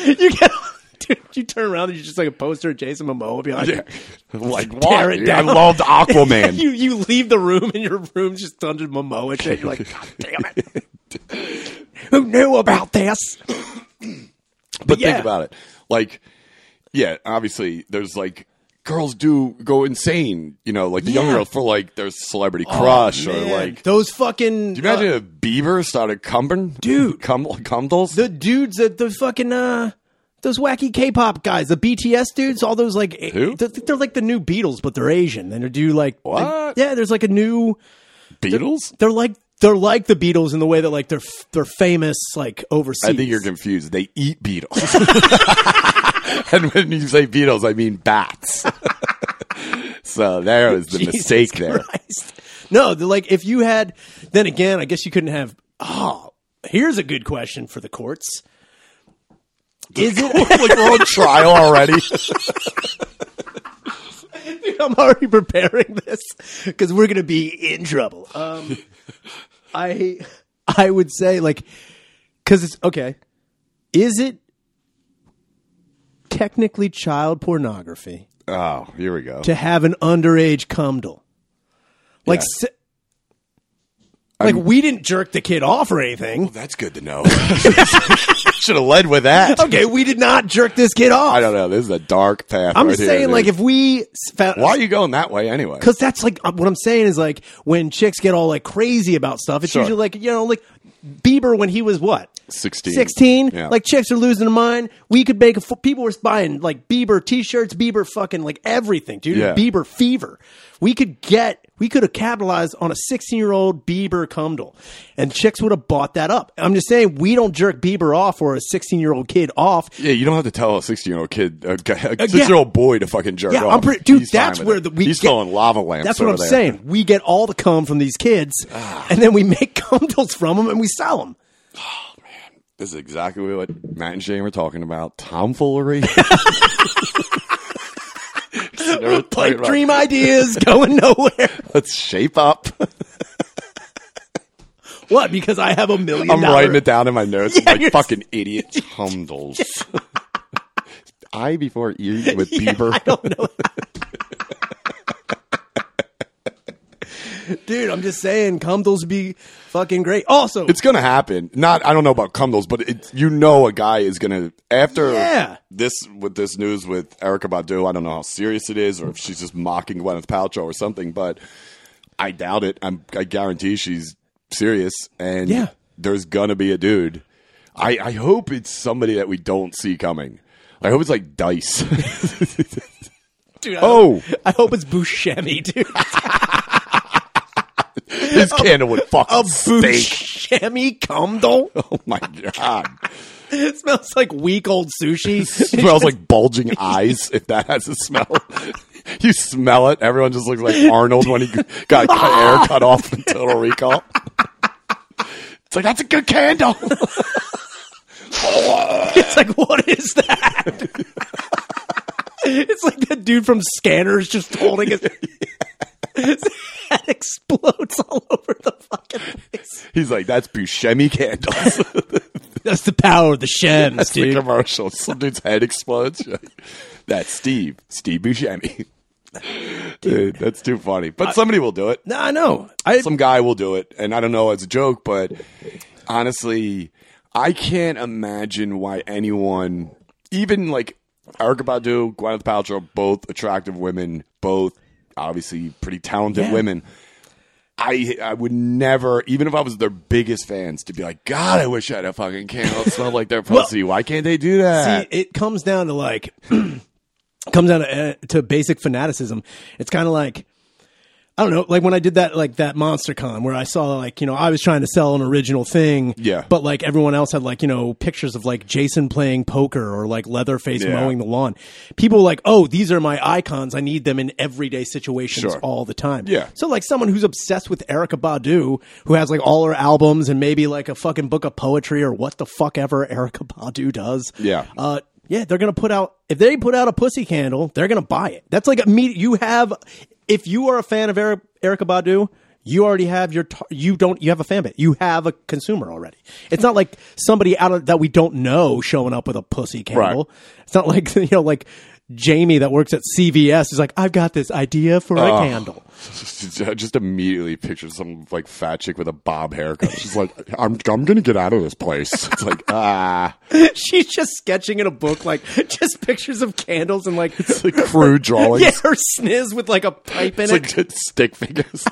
Speaker 2: you get, dude, you turn around and you're just like a poster of Jason Momoa behind
Speaker 1: Yeah. Like,
Speaker 2: Tear
Speaker 1: what?
Speaker 2: it
Speaker 1: I
Speaker 2: down.
Speaker 1: loved Aquaman.
Speaker 2: you. You leave the room and your room's just under Momoa shit. You're like, God damn it. Who knew about this?
Speaker 1: But
Speaker 2: yeah.
Speaker 1: think about it. Like, yeah, obviously, there's like girls do go insane. You know, like the young
Speaker 2: Yeah. Oh,
Speaker 1: girls for like their celebrity crush or
Speaker 2: Man,
Speaker 1: like.
Speaker 2: those fucking. uh,
Speaker 1: Do you imagine if Bieber started cumbering?
Speaker 2: Dude.
Speaker 1: Cum- cumdles?
Speaker 2: the dudes that the fucking uh those wacky K-pop guys, the BTS dudes, all those like
Speaker 1: Who?
Speaker 2: They're, they're like the new Beatles, but they're Asian and they do like
Speaker 1: What?
Speaker 2: yeah, there's like a new
Speaker 1: Beatles?
Speaker 2: they're like they're like the Beatles in the way that like they're f- they're famous like overseas.
Speaker 1: I think you're confused. They eat beetles. and when you say beetles, I mean bats. so there was the
Speaker 2: Jesus
Speaker 1: mistake there.
Speaker 2: Christ. No, they're like if you had then again, I guess you couldn't have oh, here's a good question for the courts. Is it
Speaker 1: like we're on trial already.
Speaker 2: Dude, I'm already preparing this because we're gonna be in trouble. Um, I I would say like because it's okay. Is it technically child pornography
Speaker 1: oh, here we go.
Speaker 2: to have an underage cumdle? Like,
Speaker 1: Yeah.
Speaker 2: s- like we didn't jerk the kid off or anything.
Speaker 1: That's good to know. Should have led with that.
Speaker 2: Okay, we did not jerk this kid off.
Speaker 1: I don't know. This is a dark path.
Speaker 2: I'm
Speaker 1: right here,
Speaker 2: saying
Speaker 1: dude.
Speaker 2: like if we s- found,
Speaker 1: why are you going that way anyway?
Speaker 2: Because that's like uh, what I'm saying is like when chicks get all like crazy about stuff, it's
Speaker 1: Sure.
Speaker 2: usually like you know like Bieber when he was what
Speaker 1: 16.
Speaker 2: sixteen.
Speaker 1: Yeah.
Speaker 2: Like chicks are losing their mind. We could make a fu- people were buying like Bieber t-shirts, Bieber fucking like everything, dude.
Speaker 1: Yeah.
Speaker 2: Bieber fever. We could get we could have capitalized on a sixteen year old Bieber cumdle, and chicks would have bought that up. I'm just saying we don't jerk Bieber off or a sixteen year old kid off.
Speaker 1: Yeah, you don't have to tell a 16 year old kid, a six year old boy to fucking jerk
Speaker 2: Yeah,
Speaker 1: off.
Speaker 2: I'm pretty- dude,
Speaker 1: He's
Speaker 2: that's
Speaker 1: fine with
Speaker 2: where
Speaker 1: it.
Speaker 2: the- we
Speaker 1: He's
Speaker 2: get-
Speaker 1: throwing lava lamps.
Speaker 2: That's what
Speaker 1: over
Speaker 2: I'm
Speaker 1: there. Ah.
Speaker 2: saying. We get all the cum from these kids, and then we make cumdles from them and we sell them.
Speaker 1: This is exactly what Matt and Shane were talking about. Tomfoolery. They're talking
Speaker 2: like
Speaker 1: about,
Speaker 2: dream ideas going nowhere.
Speaker 1: Let's shape up.
Speaker 2: What? Because I have a million.
Speaker 1: I'm
Speaker 2: dollar-
Speaker 1: writing it down in my notes. I'm
Speaker 2: you're-
Speaker 1: like fucking idiot. Tumdles. I before E with Bieber.
Speaker 2: I don't know. Dude, I'm just saying, cumdles would be fucking great. Also,
Speaker 1: It's gonna happen. Not I don't know about Cumdles, but it, you know a guy is gonna after
Speaker 2: Yeah.
Speaker 1: this with this news with Erica Badu. I don't know how serious it is, or if she's just mocking Gwyneth Paltrow or something. But I doubt it. I'm, I guarantee she's serious, and
Speaker 2: Yeah.
Speaker 1: there's gonna be a dude. I, I hope it's somebody that we don't see coming. I hope it's like Dice.
Speaker 2: dude, I
Speaker 1: oh,
Speaker 2: hope, I hope it's Buscemi, dude.
Speaker 1: his candle would
Speaker 2: A
Speaker 1: fucking stink.
Speaker 2: Buscemi cumdle.
Speaker 1: Oh my god!
Speaker 2: It smells like week old sushi.
Speaker 1: smells like bulging eyes. If that has a smell, you smell it. Everyone just looks like Arnold when he got cut, hair cut off in Total Recall. It's like that's a good candle.
Speaker 2: It's like, what is that? it's like that dude from Scanners just holding his That explodes all over the fucking place.
Speaker 1: He's like that's Buscemi candles.
Speaker 2: That's the power of the shems,
Speaker 1: That's the
Speaker 2: dude.
Speaker 1: commercial. Some dude's head explodes. that's Steve. Steve Buscemi. Dude, that's too funny. But somebody will do it.
Speaker 2: no, I know. I
Speaker 1: some guy will do it and i don't know it's a joke but honestly i can't imagine why anyone even like erica badu gwyneth paltrow both attractive women both obviously pretty talented
Speaker 2: Yeah.
Speaker 1: women I, I would never, even if I was their biggest fans, to be like, God, I wish I had a fucking candle that smelled like their pussy. Why can't they do that?
Speaker 2: see it comes down to like comes down to, uh, to basic fanaticism. It's kind of like I don't know, like when I did that like that Monster Con where I saw like, you know, I was trying to sell an original thing.
Speaker 1: Yeah.
Speaker 2: But like everyone else had like, you know, pictures of like Jason playing poker or like Leatherface
Speaker 1: Yeah.
Speaker 2: mowing the lawn. People were like, Oh, these are my icons. I need them in everyday situations
Speaker 1: Sure.
Speaker 2: all the time.
Speaker 1: Yeah.
Speaker 2: So like someone who's obsessed with Erica Badu, who has like all her albums and maybe like a fucking book of poetry or what the fuck ever Erica Badu does.
Speaker 1: Yeah.
Speaker 2: Uh, yeah, they're gonna put out if they put out a pussy candle, they're gonna buy it. That's like immediate. You have if you are a fan of Eric, Erica Badu, you already have your tar- you don't you have a fan base. You have a consumer already. It's not like somebody out of that we don't know showing up with a pussy candle. It's not like you know like Jamie that works at CVS is like, I've got this idea for
Speaker 1: Oh.
Speaker 2: a candle.
Speaker 1: I just immediately pictured some like fat chick with a bob haircut. She's like, I'm, I'm gonna get out of this place. It's like, ah,
Speaker 2: She's just sketching in a book, like just pictures of candles and like,
Speaker 1: it's like crude drawings.
Speaker 2: yeah, her sniz with like a pipe in
Speaker 1: It's
Speaker 2: it.
Speaker 1: like just stick fingers.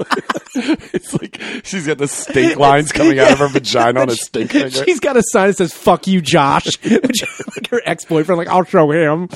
Speaker 1: it's like she's got the stink lines coming out of her vagina on a stink finger.
Speaker 2: She's got a sign that says "Fuck you, Josh," which is like her ex boyfriend. Like I'll show him.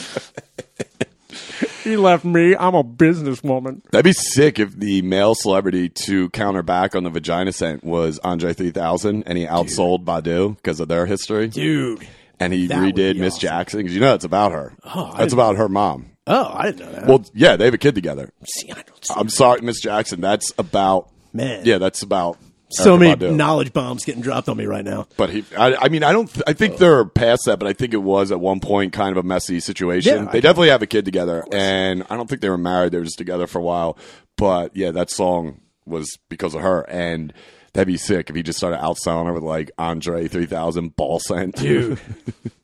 Speaker 2: he left me. I'm a businesswoman.
Speaker 1: That'd be sick if the male celebrity to counter back on the vagina scent was Andre 3000 and he outsold Badu because of their history.
Speaker 2: Dude.
Speaker 1: And he
Speaker 2: that would
Speaker 1: redid
Speaker 2: be
Speaker 1: Miss
Speaker 2: awesome.
Speaker 1: Jackson because you know it's about her.
Speaker 2: Oh,
Speaker 1: That's
Speaker 2: I didn't-
Speaker 1: about her mom.
Speaker 2: Oh, I didn't know that.
Speaker 1: Well, yeah, they have a kid together.
Speaker 2: See, I don't
Speaker 1: I'm sorry, Miss Jackson. That's about
Speaker 2: Man.
Speaker 1: Yeah, that's about
Speaker 2: so
Speaker 1: Erykah
Speaker 2: many
Speaker 1: Badu.
Speaker 2: knowledge bombs getting dropped on me right now.
Speaker 1: But he, I, I mean, I don't. Th- I think they're past that, but I think it was at one point kind of a messy
Speaker 2: Yeah,
Speaker 1: situation.
Speaker 2: I
Speaker 1: they definitely have a kid together, and I don't think they were married. They were just together for a while. But yeah, that song was because of her, and that'd be sick if he just started outselling her with like Andre three thousand ball scent, dude.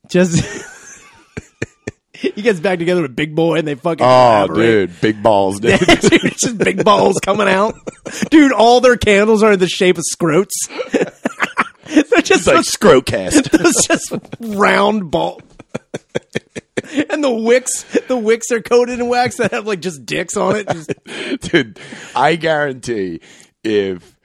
Speaker 2: Just he gets back together with Big Boy and they fucking
Speaker 1: oh,
Speaker 2: collaborate.
Speaker 1: dude, big balls, dude.
Speaker 2: Dude, it's just big balls coming out. Dude, all their candles are in the shape of scrotes. They're
Speaker 1: It's
Speaker 2: just
Speaker 1: like Scrowcast.
Speaker 2: It's just round ball. and the wicks, the wicks are coated in wax that have like just dicks on it. Just-
Speaker 1: Dude, I guarantee if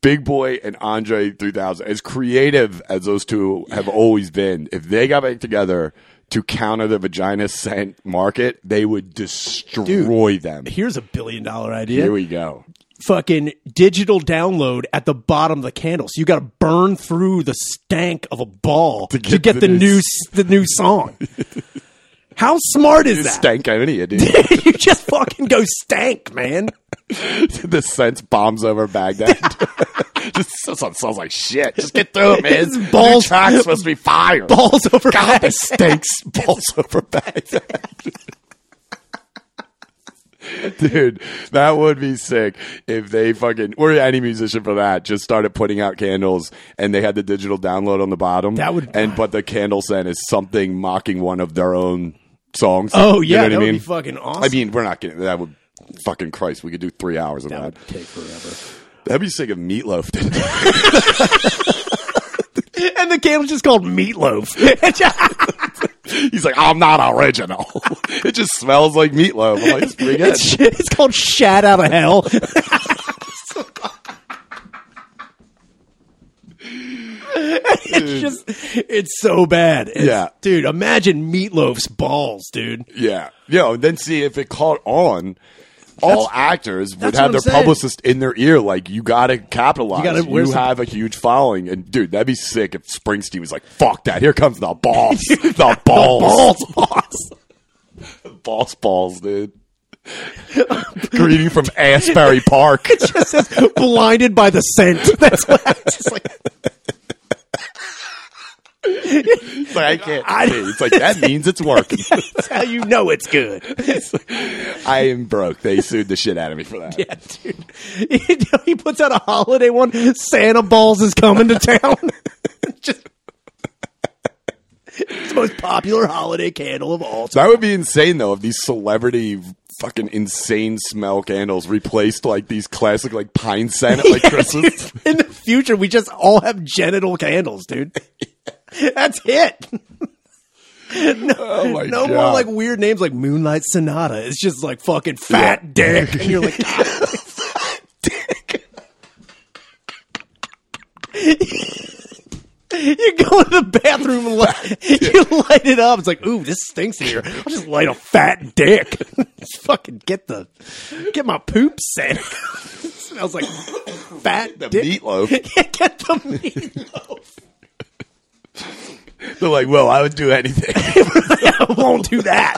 Speaker 1: Big Boy and Andre 3000, as creative as those two have always been, if they got back together to counter the vagina scent market, they would destroy them.
Speaker 2: Here's a billion dollar idea.
Speaker 1: Here we go.
Speaker 2: Fucking digital download at the bottom of the candle. So you got to burn through the stank of a ball to get, the, new s- the new song. How smart is that?
Speaker 1: Stank I'm an idiot, dude.
Speaker 2: you just fucking go stank, man.
Speaker 1: the scent bombs over Baghdad. This song sounds like shit. Just get through it, man.
Speaker 2: It's balls-
Speaker 1: New track's supposed to be fire.
Speaker 2: Balls over
Speaker 1: God,
Speaker 2: back.
Speaker 1: that stinks. Balls over Baghdad. Dude, that would be sick if they fucking or any musician for that just started putting out candles and they had the digital download on the bottom.
Speaker 2: That would-
Speaker 1: and but the candle scent is something mocking one of their own songs.
Speaker 2: Oh
Speaker 1: you know
Speaker 2: yeah, that
Speaker 1: what I
Speaker 2: would
Speaker 1: mean.
Speaker 2: be fucking awesome.
Speaker 1: I mean, we're not getting that would fucking Christ. We could do three hours of
Speaker 2: that
Speaker 1: that.
Speaker 2: would take forever.
Speaker 1: That'd be sick if Meatloaf did. that.
Speaker 2: And the candle's just called meatloaf.
Speaker 1: He's like, I'm not original. it just smells like meatloaf. I'm like, it's pretty good.
Speaker 2: it's, it's called shat out of hell. it's just, it's so bad. It's-
Speaker 1: Yeah.
Speaker 2: dude. Imagine meatloaf's balls, dude.
Speaker 1: Yeah. You know, and then see if it caught on, all actors would
Speaker 2: that's
Speaker 1: have
Speaker 2: what
Speaker 1: their
Speaker 2: I'm saying.
Speaker 1: publicist in their ear, like, you got to capitalize.
Speaker 2: You gotta-
Speaker 1: You,
Speaker 2: where's the-
Speaker 1: have a huge following. And, dude, that'd be sick if Springsteen was like, fuck that. Here comes the balls. the balls.
Speaker 2: Balls, balls.
Speaker 1: Balls, balls, dude. Greeting from Asbury Park.
Speaker 2: It just says blinded by the scent. That's what I just like.
Speaker 1: It's like, I can't.
Speaker 2: I-
Speaker 1: see. It's like, that means it's working.
Speaker 2: That's how you know it's good.
Speaker 1: I am broke. They sued the shit out of me for that.
Speaker 2: Yeah, dude. He, he puts out a holiday one. Santa Balls is coming to town. Just, it's the most popular holiday candle of all time.
Speaker 1: That would be insane though if these celebrity fucking insane smell candles replaced like these classic like pine scent at, like Christmas.
Speaker 2: Dude, in the future, we just all have genital candles, dude. That's it.
Speaker 1: Oh my
Speaker 2: No more like weird names like Moonlight Sonata. It's just like fucking fat dick, and you're like. You go to the bathroom and light, you light it up. It's like, ooh, this stinks in here. I'll just light a fat dick. just fucking get the get my poop set. it smells like fat
Speaker 1: the
Speaker 2: dick.
Speaker 1: meatloaf.
Speaker 2: get the meatloaf.
Speaker 1: They're like, well, I would do anything.
Speaker 2: I won't do that.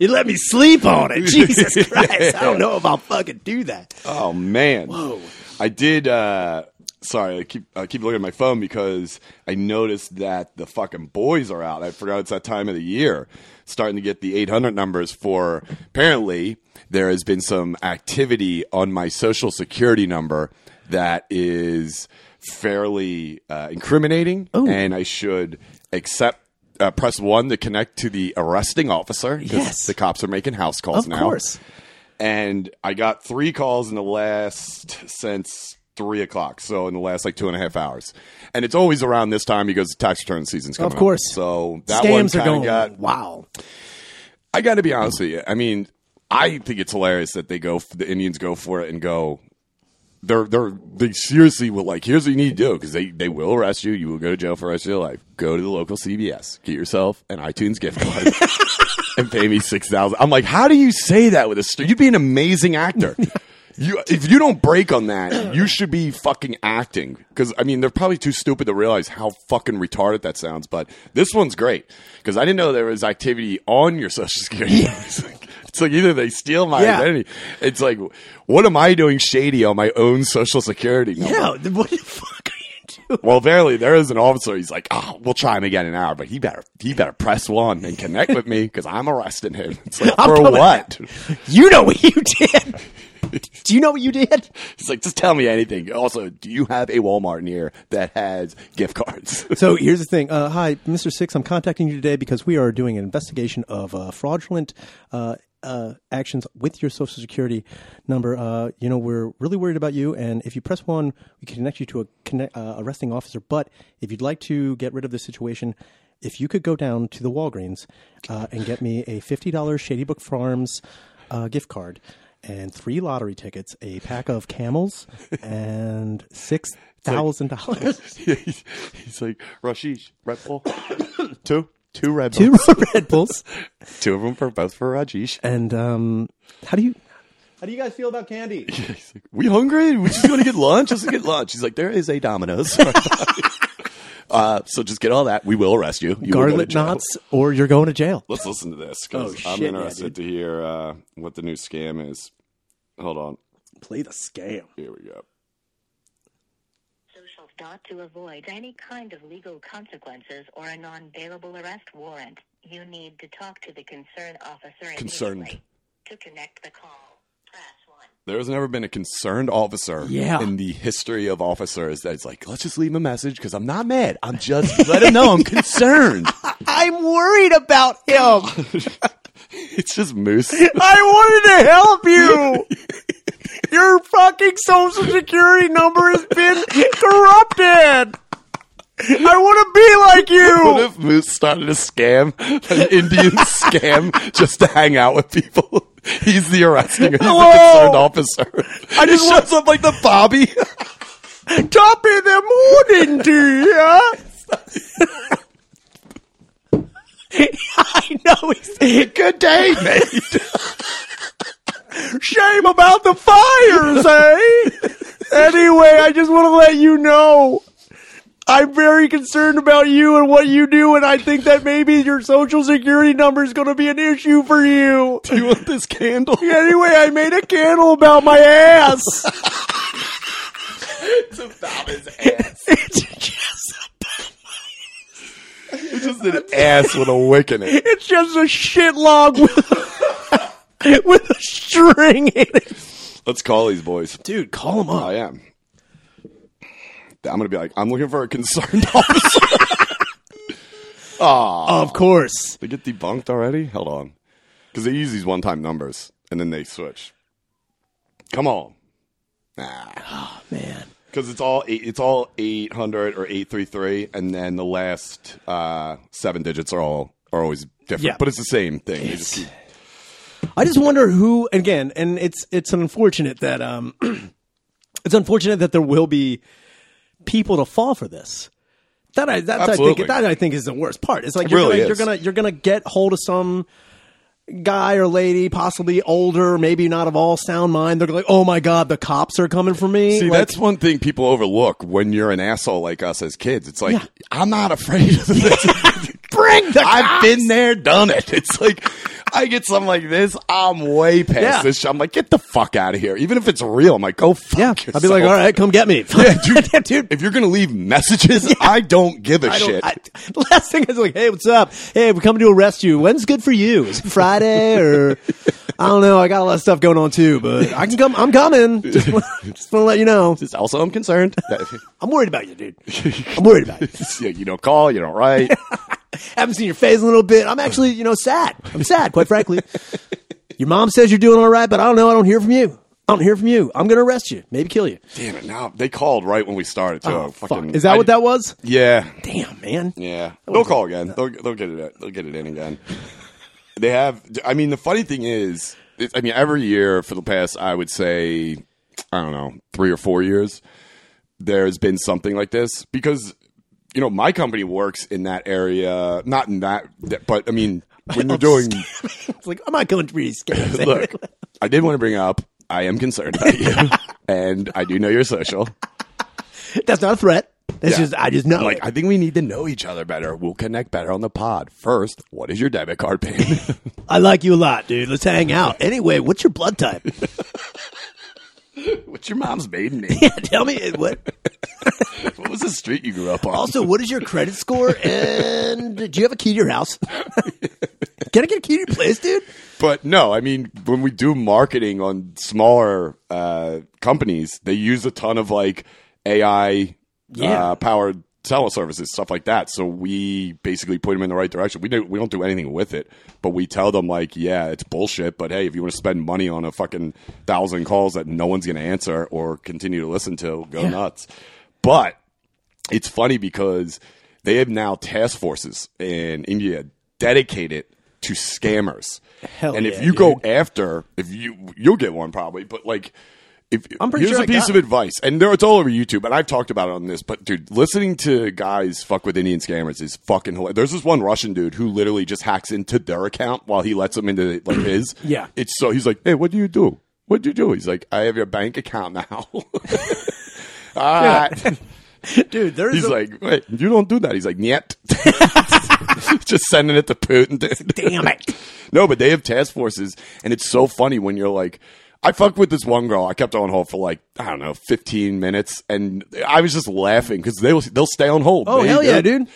Speaker 2: you let me sleep on it. Jesus Christ. I don't know if I'll fucking do that.
Speaker 1: oh man. Whoa. I did. uh Sorry, I keep I keep looking at my phone because I noticed that the fucking boys are out. I forgot it's that time of the year, starting to get the 800 numbers for. Apparently, there has been some activity on my social security number that is fairly uh, incriminating, and I should accept uh, press one to connect to the arresting officer because
Speaker 2: Yes.
Speaker 1: the cops are making house calls
Speaker 2: Of
Speaker 1: now.
Speaker 2: course.
Speaker 1: And I got three calls in the last since three o'clock, so in the last like two and a half hours. And it's always around this time because tax return season's coming.
Speaker 2: Of
Speaker 1: up.
Speaker 2: course.
Speaker 1: so that one
Speaker 2: Scams
Speaker 1: kind
Speaker 2: are going.
Speaker 1: got
Speaker 2: wow.
Speaker 1: I got to be honest with you. I mean, I think it's hilarious that they go, the Indians go for it and go. They're they're they seriously will like. Here's what you need to do because they they will arrest you. You will go to jail for the rest of your life. Go to the local CVS, get yourself an iTunes gift card, and pay me six thousand. I'm like, how do you say that with a? St- you'd be an amazing actor. You, if you don't break on that, you should be fucking acting. Because I mean, they're probably too stupid to realize how fucking retarded that sounds. But this one's great because I didn't know there was activity on your social security. it's, like, it's like either they steal my
Speaker 2: Yeah.
Speaker 1: identity. It's like, what am I doing shady on my own social security number?
Speaker 2: Yeah. th- What the fuck are you doing?
Speaker 1: Well, apparently there is an officer. He's like, oh, we'll try him again in an hour, but he better he better press one and connect with me because I'm arresting him. It's like
Speaker 2: I'm
Speaker 1: for
Speaker 2: coming.
Speaker 1: what?
Speaker 2: You know what you did. Do you know what you did?
Speaker 1: He's like, just tell me anything. Also, do you have a Walmart near that has gift cards?
Speaker 2: So here's the thing. Uh, hi, Mr. Six. I'm contacting you today because we are doing an investigation of uh, fraudulent uh, uh, actions with your Social Security number. Uh, you know, we're really worried about you, and if you press one, we can connect you to a connect, uh, arresting officer. But if you'd like to get rid of this situation, if you could go down to the Walgreens uh, and get me a fifty dollars Shady Brook Farms uh, gift card. And three lottery tickets, a pack of camels, and six thousand dollars.
Speaker 1: he's, he's like, Rashish, Red Bull, two, two Red
Speaker 2: Two
Speaker 1: Bulls,
Speaker 2: Red Bulls.
Speaker 1: two of them for both for Rajesh.
Speaker 2: And um, how do you how do you guys feel about candy?
Speaker 1: He's like, we hungry? We just going to get lunch. Let's get lunch. He's like, there is a Domino's. uh, so just get all that. We will arrest you. you will go to
Speaker 2: Garlic
Speaker 1: jail.
Speaker 2: knots, or you're going to jail.
Speaker 1: Let's listen to this because
Speaker 2: Oh,
Speaker 1: I'm
Speaker 2: shit, yeah,
Speaker 1: interested to hear uh, what the new scam is. Hold on.
Speaker 2: Play the scam.
Speaker 1: Here we go.
Speaker 3: Social dot to avoid any kind of legal consequences or a non-bailable arrest warrant, you need to talk to the concerned officer
Speaker 1: Concerned.
Speaker 3: immediately. To connect the call, press one.
Speaker 1: There's never been a concerned officer
Speaker 2: Yeah.
Speaker 1: in the history of officers that's like, let's just leave him a message because I'm not mad. I'm just let him know I'm concerned.
Speaker 2: I'm worried about him.
Speaker 1: It's just Moose.
Speaker 2: I wanted to help you. Your fucking social security number has been corrupted. I want to be like
Speaker 1: What
Speaker 2: you.
Speaker 1: if Moose started a scam, an Indian scam, just to hang out with people? He's the arresting, he's
Speaker 2: Hello.
Speaker 1: the concerned officer. I just shows up like the Bobby.
Speaker 2: Top of the morning, dear. I know he's
Speaker 1: Good day, mate.
Speaker 2: Shame about the fires, eh? anyway, I just want to let you know I'm very concerned about you and what you do, and I think that maybe your social security number is going to be an issue for you.
Speaker 1: Do you want this candle?
Speaker 2: Anyway, I made a candle about my ass.
Speaker 1: It's about his ass.
Speaker 2: it's, just,
Speaker 1: It's just an ass with a wick in it.
Speaker 2: it's just a shit log with, with a string in it.
Speaker 1: Let's call these boys.
Speaker 2: Dude, call him
Speaker 1: I am. I'm gonna be like, I'm looking for a concerned officer.
Speaker 2: Of course.
Speaker 1: they get debunked already. Hold on, because they use these one-time numbers and then they switch. Come on, nah,
Speaker 2: Oh, Man.
Speaker 1: because it's all eight, it's all eight hundred or eight three three, and then the last uh, seven digits are all are always different,
Speaker 2: Yeah.
Speaker 1: but it's the same thing. They just keep-
Speaker 2: I just wonder who again, and it's it's unfortunate that um, it's unfortunate that there will be people to fall for this. That I that's I
Speaker 1: Absolutely.
Speaker 2: think that I think is the worst part. It's like you're,
Speaker 1: really
Speaker 2: gonna,
Speaker 1: is.
Speaker 2: you're gonna you're gonna get hold of some guy or lady, possibly older, maybe not of all sound mind. They're gonna like, oh my god, the cops are coming for me.
Speaker 1: See,
Speaker 2: Like,
Speaker 1: that's one thing people overlook when you're an asshole like us as kids. It's like,
Speaker 2: Yeah.
Speaker 1: I'm not afraid of this. Bring the I've been there, done it. It's like, I get something like this, I'm way past
Speaker 2: Yeah.
Speaker 1: this. shit. I'm like, get the fuck out of here. Even if it's real, I'm like, go fuck
Speaker 2: yeah.
Speaker 1: yourself.
Speaker 2: I'd be like, all right, come get me,
Speaker 1: dude.
Speaker 2: dude.
Speaker 1: If you're going to leave messages, I don't give a
Speaker 2: I don't-
Speaker 1: shit.
Speaker 2: I- last thing is like, hey, what's up? Hey, we're coming to arrest you. When's good for you? Is it Friday or I don't know. I got a lot of stuff going on too, but I can come. I'm coming. Just want to let you know.
Speaker 1: It's also, I'm concerned.
Speaker 2: I'm worried about you, dude. I'm worried about you.
Speaker 1: Yeah, you don't call, you don't write.
Speaker 2: haven't seen your face in a little bit. I'm actually, you know, sad. I'm sad, quite frankly. Your mom says you're doing all right, but I don't know. I don't hear from you. I don't hear from you. I'm gonna arrest you. Maybe kill you.
Speaker 1: Damn it! Now they called right when we started. Too.
Speaker 2: Oh, fuck.
Speaker 1: fucking,
Speaker 2: Is that
Speaker 1: I-
Speaker 2: what that was?
Speaker 1: Yeah,
Speaker 2: Damn, man.
Speaker 1: yeah. They'll call again. They'll, they'll get it. They'll get it in again. They have. I mean, the funny thing is, it- I mean, every year for the past, I would say, I don't know, three or four years, there's been something like this because you know my company works in that area, not in that, but I mean, when you're doing
Speaker 2: It's like I'm not going to read scams.
Speaker 1: Look, I did want to bring up I am concerned about you, and I do know you're social.
Speaker 2: That's not a threat. That's
Speaker 1: Yeah.
Speaker 2: just I just know.
Speaker 1: Like, I think we need to know each other better. We'll connect better on the pod. First, what is your debit card pin?
Speaker 2: I like you a lot, dude. Let's hang out. Anyway, what's your blood type?
Speaker 1: What's your mom's maiden name?
Speaker 2: Tell me what.
Speaker 1: What was the street you grew up on?
Speaker 2: Also, what is your credit score? And do you have a key to your house? Can I get a key to your place, dude?
Speaker 1: but no, I mean, when we do marketing on smaller uh, companies, they use a ton of like AI
Speaker 2: Yeah.
Speaker 1: uh, powered teleservices, stuff like that. So we basically put them in the right direction. We don't, we don't do anything with it, but we tell them like, yeah, it's bullshit. But hey, if you want to spend money on a fucking thousand calls that no one's going to answer or continue to listen to, go nuts. But it's funny because they have now task forces in India dedicated to scammers.
Speaker 2: Hell
Speaker 1: and
Speaker 2: yeah,
Speaker 1: if you go after, if you you'll get one probably, but like if
Speaker 2: I'm pretty
Speaker 1: here's a
Speaker 2: sure I
Speaker 1: piece
Speaker 2: got
Speaker 1: of advice, and there it's all over YouTube, and I've talked about it on this, but dude, listening to guys fuck with Indian scammers is fucking hilarious. There's this one Russian dude who literally just hacks into their account while he lets them into like his.
Speaker 2: Yeah.
Speaker 1: it's so he's like, hey, what do you do? What do you do? He's like, I have your bank account now. Ah. all right.
Speaker 2: Dude, there's
Speaker 1: He's like, wait, you don't do that. He's like, yet. Just sending it to Putin. Dude.
Speaker 2: damn it.
Speaker 1: No, but they have task forces, and it's so funny when you're like, I fucked with this one girl. I kept her on hold for like I don't know, fifteen minutes, and I was just laughing because they will, they'll stay on hold.
Speaker 2: Oh
Speaker 1: They-
Speaker 2: hell yeah, dude.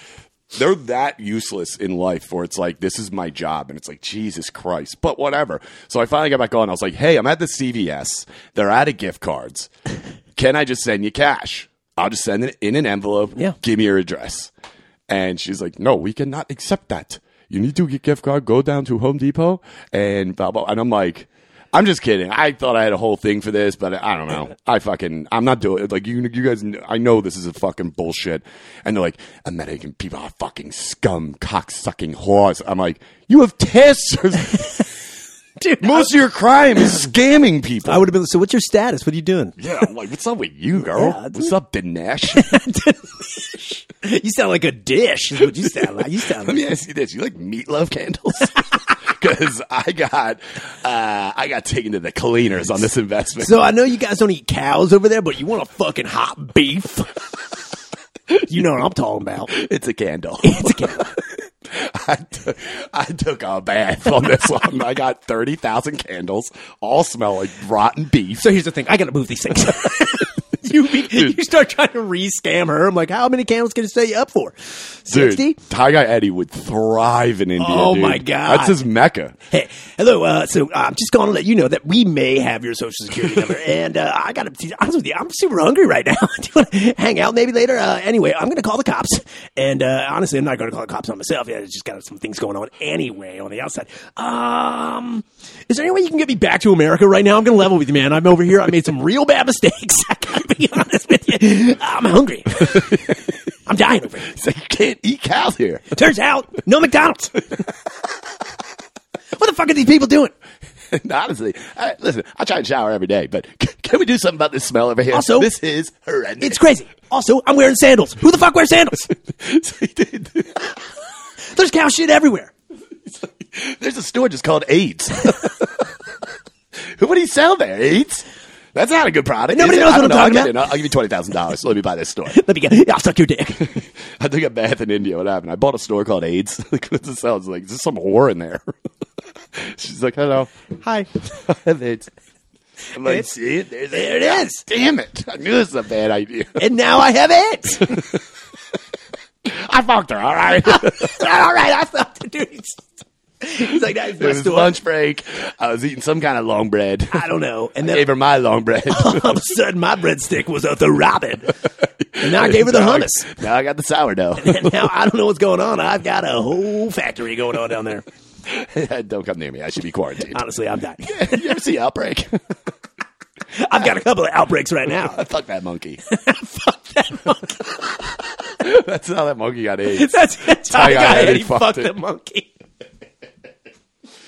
Speaker 1: They're that useless in life, where it's like this is my job, and it's like Jesus Christ. But whatever. So I finally got back on. I was like, Hey, I'm at the CVS. They're out of gift cards. Can I just send you cash? I'll just send it in an envelope.
Speaker 2: Yeah.
Speaker 1: Give me your address. And she's like, no, we cannot accept that. You need to get gift card, go down to Home Depot and blah, blah. And I'm like, I'm just kidding. I thought I had a whole thing for this, but I don't know. I fucking, I'm not doing it. Like, you, you guys, kn- I know this is a fucking bullshit. And they're like, American people are fucking scum, cocksucking whores. I'm like, you have tests.
Speaker 2: Dude,
Speaker 1: Most of your crime is scamming people.
Speaker 2: I would have been. So, what's your status? What are you doing?
Speaker 1: yeah, I'm like, what's up with you, girl?
Speaker 2: Yeah, dude.
Speaker 1: what's up, Dinesh?
Speaker 2: You sound like a dish. Is what you sound like. You sound
Speaker 1: Let
Speaker 2: like
Speaker 1: me ask you this: You like meatloaf candles? Because I got uh, I got taken to the cleaners on this investment.
Speaker 2: So I know you guys don't eat cows over there, but you want a fucking hot beef. you know what I'm talking about.
Speaker 1: it's a candle. It's a candle. I took- I took a bath on this one. I got thirty thousand candles, all smell like rotten beef.
Speaker 2: So here's the thing. I gotta move these things. you be, you start trying to re-scam her. I'm like, how many candles can I set you up for? Sixty.
Speaker 1: Dude, Thai Guy Eddie would thrive in India.
Speaker 2: Oh,
Speaker 1: dude.
Speaker 2: my God.
Speaker 1: that's his mecca.
Speaker 2: Hey, hello. Uh, so uh, I'm just going to let you know that we may have your social security number, and uh, I got to honest with you, I'm super hungry right now. Do you want to hang out maybe later? Uh, anyway, I'm going to call the cops, and uh, honestly, I'm not going to call the cops on myself. Yeah, I just got some things going on anyway on the outside. Um, is there any way you can get me back to America right now? I'm going to level with you, man. I'm over here. I made some real bad mistakes. I got to be honest with you. I'm hungry. I'm dying over here.
Speaker 1: He's like, you can't eat cows here.
Speaker 2: Turns out, no McDonald's. what the fuck are these people doing?
Speaker 1: And honestly, I, listen, I try and shower every day, but c- can we do something about this smell over here?
Speaker 2: Also-
Speaker 1: this is horrendous.
Speaker 2: It's crazy. Also, I'm wearing sandals. Who the fuck wears sandals? There's cow shit everywhere.
Speaker 1: There's a store just called AIDS. Who would he sell there? AIDS? That's not a good product.
Speaker 2: Nobody
Speaker 1: is it?
Speaker 2: knows
Speaker 1: I
Speaker 2: what
Speaker 1: don't know.
Speaker 2: I'm talking
Speaker 1: I'll get in. I'll, I'll give you twenty thousand dollars. Let me buy this store.
Speaker 2: Let me get. I'll suck your dick.
Speaker 1: I took a bath in India. What happened? I bought a store called AIDS. it sounds like there's some whore in there. She's like, hello,
Speaker 2: Hi.
Speaker 1: I have AIDS. I'm like,
Speaker 2: It's-
Speaker 1: see, there's
Speaker 2: there it is.
Speaker 1: Damn it! I knew this was a bad idea.
Speaker 2: And now I have AIDS.
Speaker 1: I fucked her. All right.
Speaker 2: All right, I stopped it, dude. He's like, that's
Speaker 1: It
Speaker 2: my
Speaker 1: was
Speaker 2: store.
Speaker 1: lunch break. I was eating some kind of long bread.
Speaker 2: I don't know. And
Speaker 1: Gave
Speaker 2: then
Speaker 1: her my long bread.
Speaker 2: all of a sudden, my breadstick was a throbbing. And now I gave her the hummus.
Speaker 4: Now I got the sourdough.
Speaker 2: And now I don't know what's going on. I've got a whole factory going on down there.
Speaker 4: Don't come near me. I should be quarantined.
Speaker 2: Honestly, I'm dying.
Speaker 4: you ever see Outbreak?
Speaker 2: I've got a couple of outbreaks right now.
Speaker 4: Fuck that monkey. Fuck that monkey. That's how that monkey got AIDS.
Speaker 2: That's it.
Speaker 4: got
Speaker 2: I
Speaker 4: it.
Speaker 2: got
Speaker 4: He
Speaker 2: Eddie
Speaker 4: fucked
Speaker 2: fucked
Speaker 4: it.
Speaker 2: the monkey.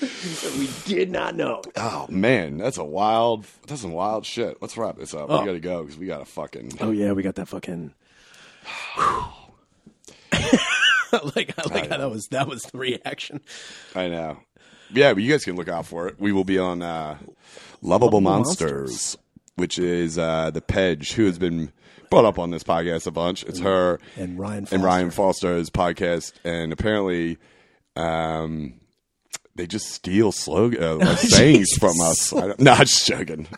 Speaker 2: That we did not know.
Speaker 1: Oh man, that's a wild. That's some wild shit. Let's wrap this up. We gotta go because we gotta fucking.
Speaker 2: Oh yeah, we got that fucking. like I like how that was that was the reaction.
Speaker 1: I know. Yeah, but you guys can look out for it. We will be on uh, Lovable Monsters, which is uh, the Pedge, who has been brought up on this podcast a bunch. It's her
Speaker 2: And Ryan
Speaker 1: and Ryan Foster's podcast, and apparently, um, they just steal slogan uh, like sayings from us. I don't, no, I'm just joking.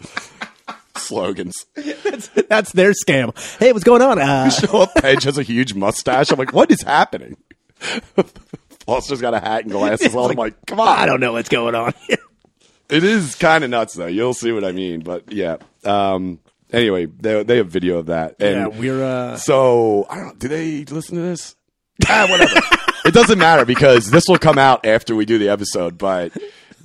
Speaker 1: Slogans.
Speaker 2: Foster. That's their scam. Hey, what's going on? Uh,
Speaker 1: Philip Page has a huge mustache. I'm like, what is happening? Foster's got a hat and glasses on. I'm like, come on.
Speaker 2: I don't know what's going on. here.
Speaker 1: It is kind of nuts, though. You'll see what I mean. But yeah. Um, anyway, they, they have video of that.
Speaker 2: yeah,
Speaker 1: And
Speaker 2: we're uh,
Speaker 1: so, I don't Do they listen to this? ah, whatever. it doesn't matter because this will come out after we do the episode, but.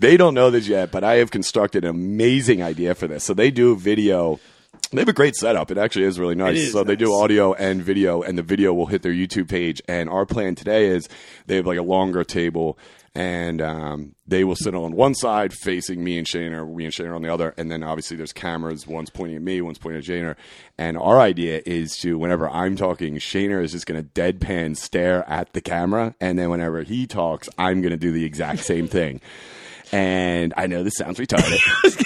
Speaker 1: They don't know this yet, but I have constructed an amazing idea for this. So they do video. They have a great setup. It actually is really nice.
Speaker 2: is
Speaker 1: so they do
Speaker 2: nice.
Speaker 1: audio and video, and the video will hit their YouTube page. And our plan today is they have like a longer table, and um, they will sit on one side facing me and Shane, or me and Shane on the other. And then obviously there's cameras. One's pointing at me, one's pointing at Shane. And our idea is to whenever I'm talking, Shane is just going to deadpan stare at the camera, and then whenever he talks, I'm going to do the exact same thing. And I know this sounds retarded.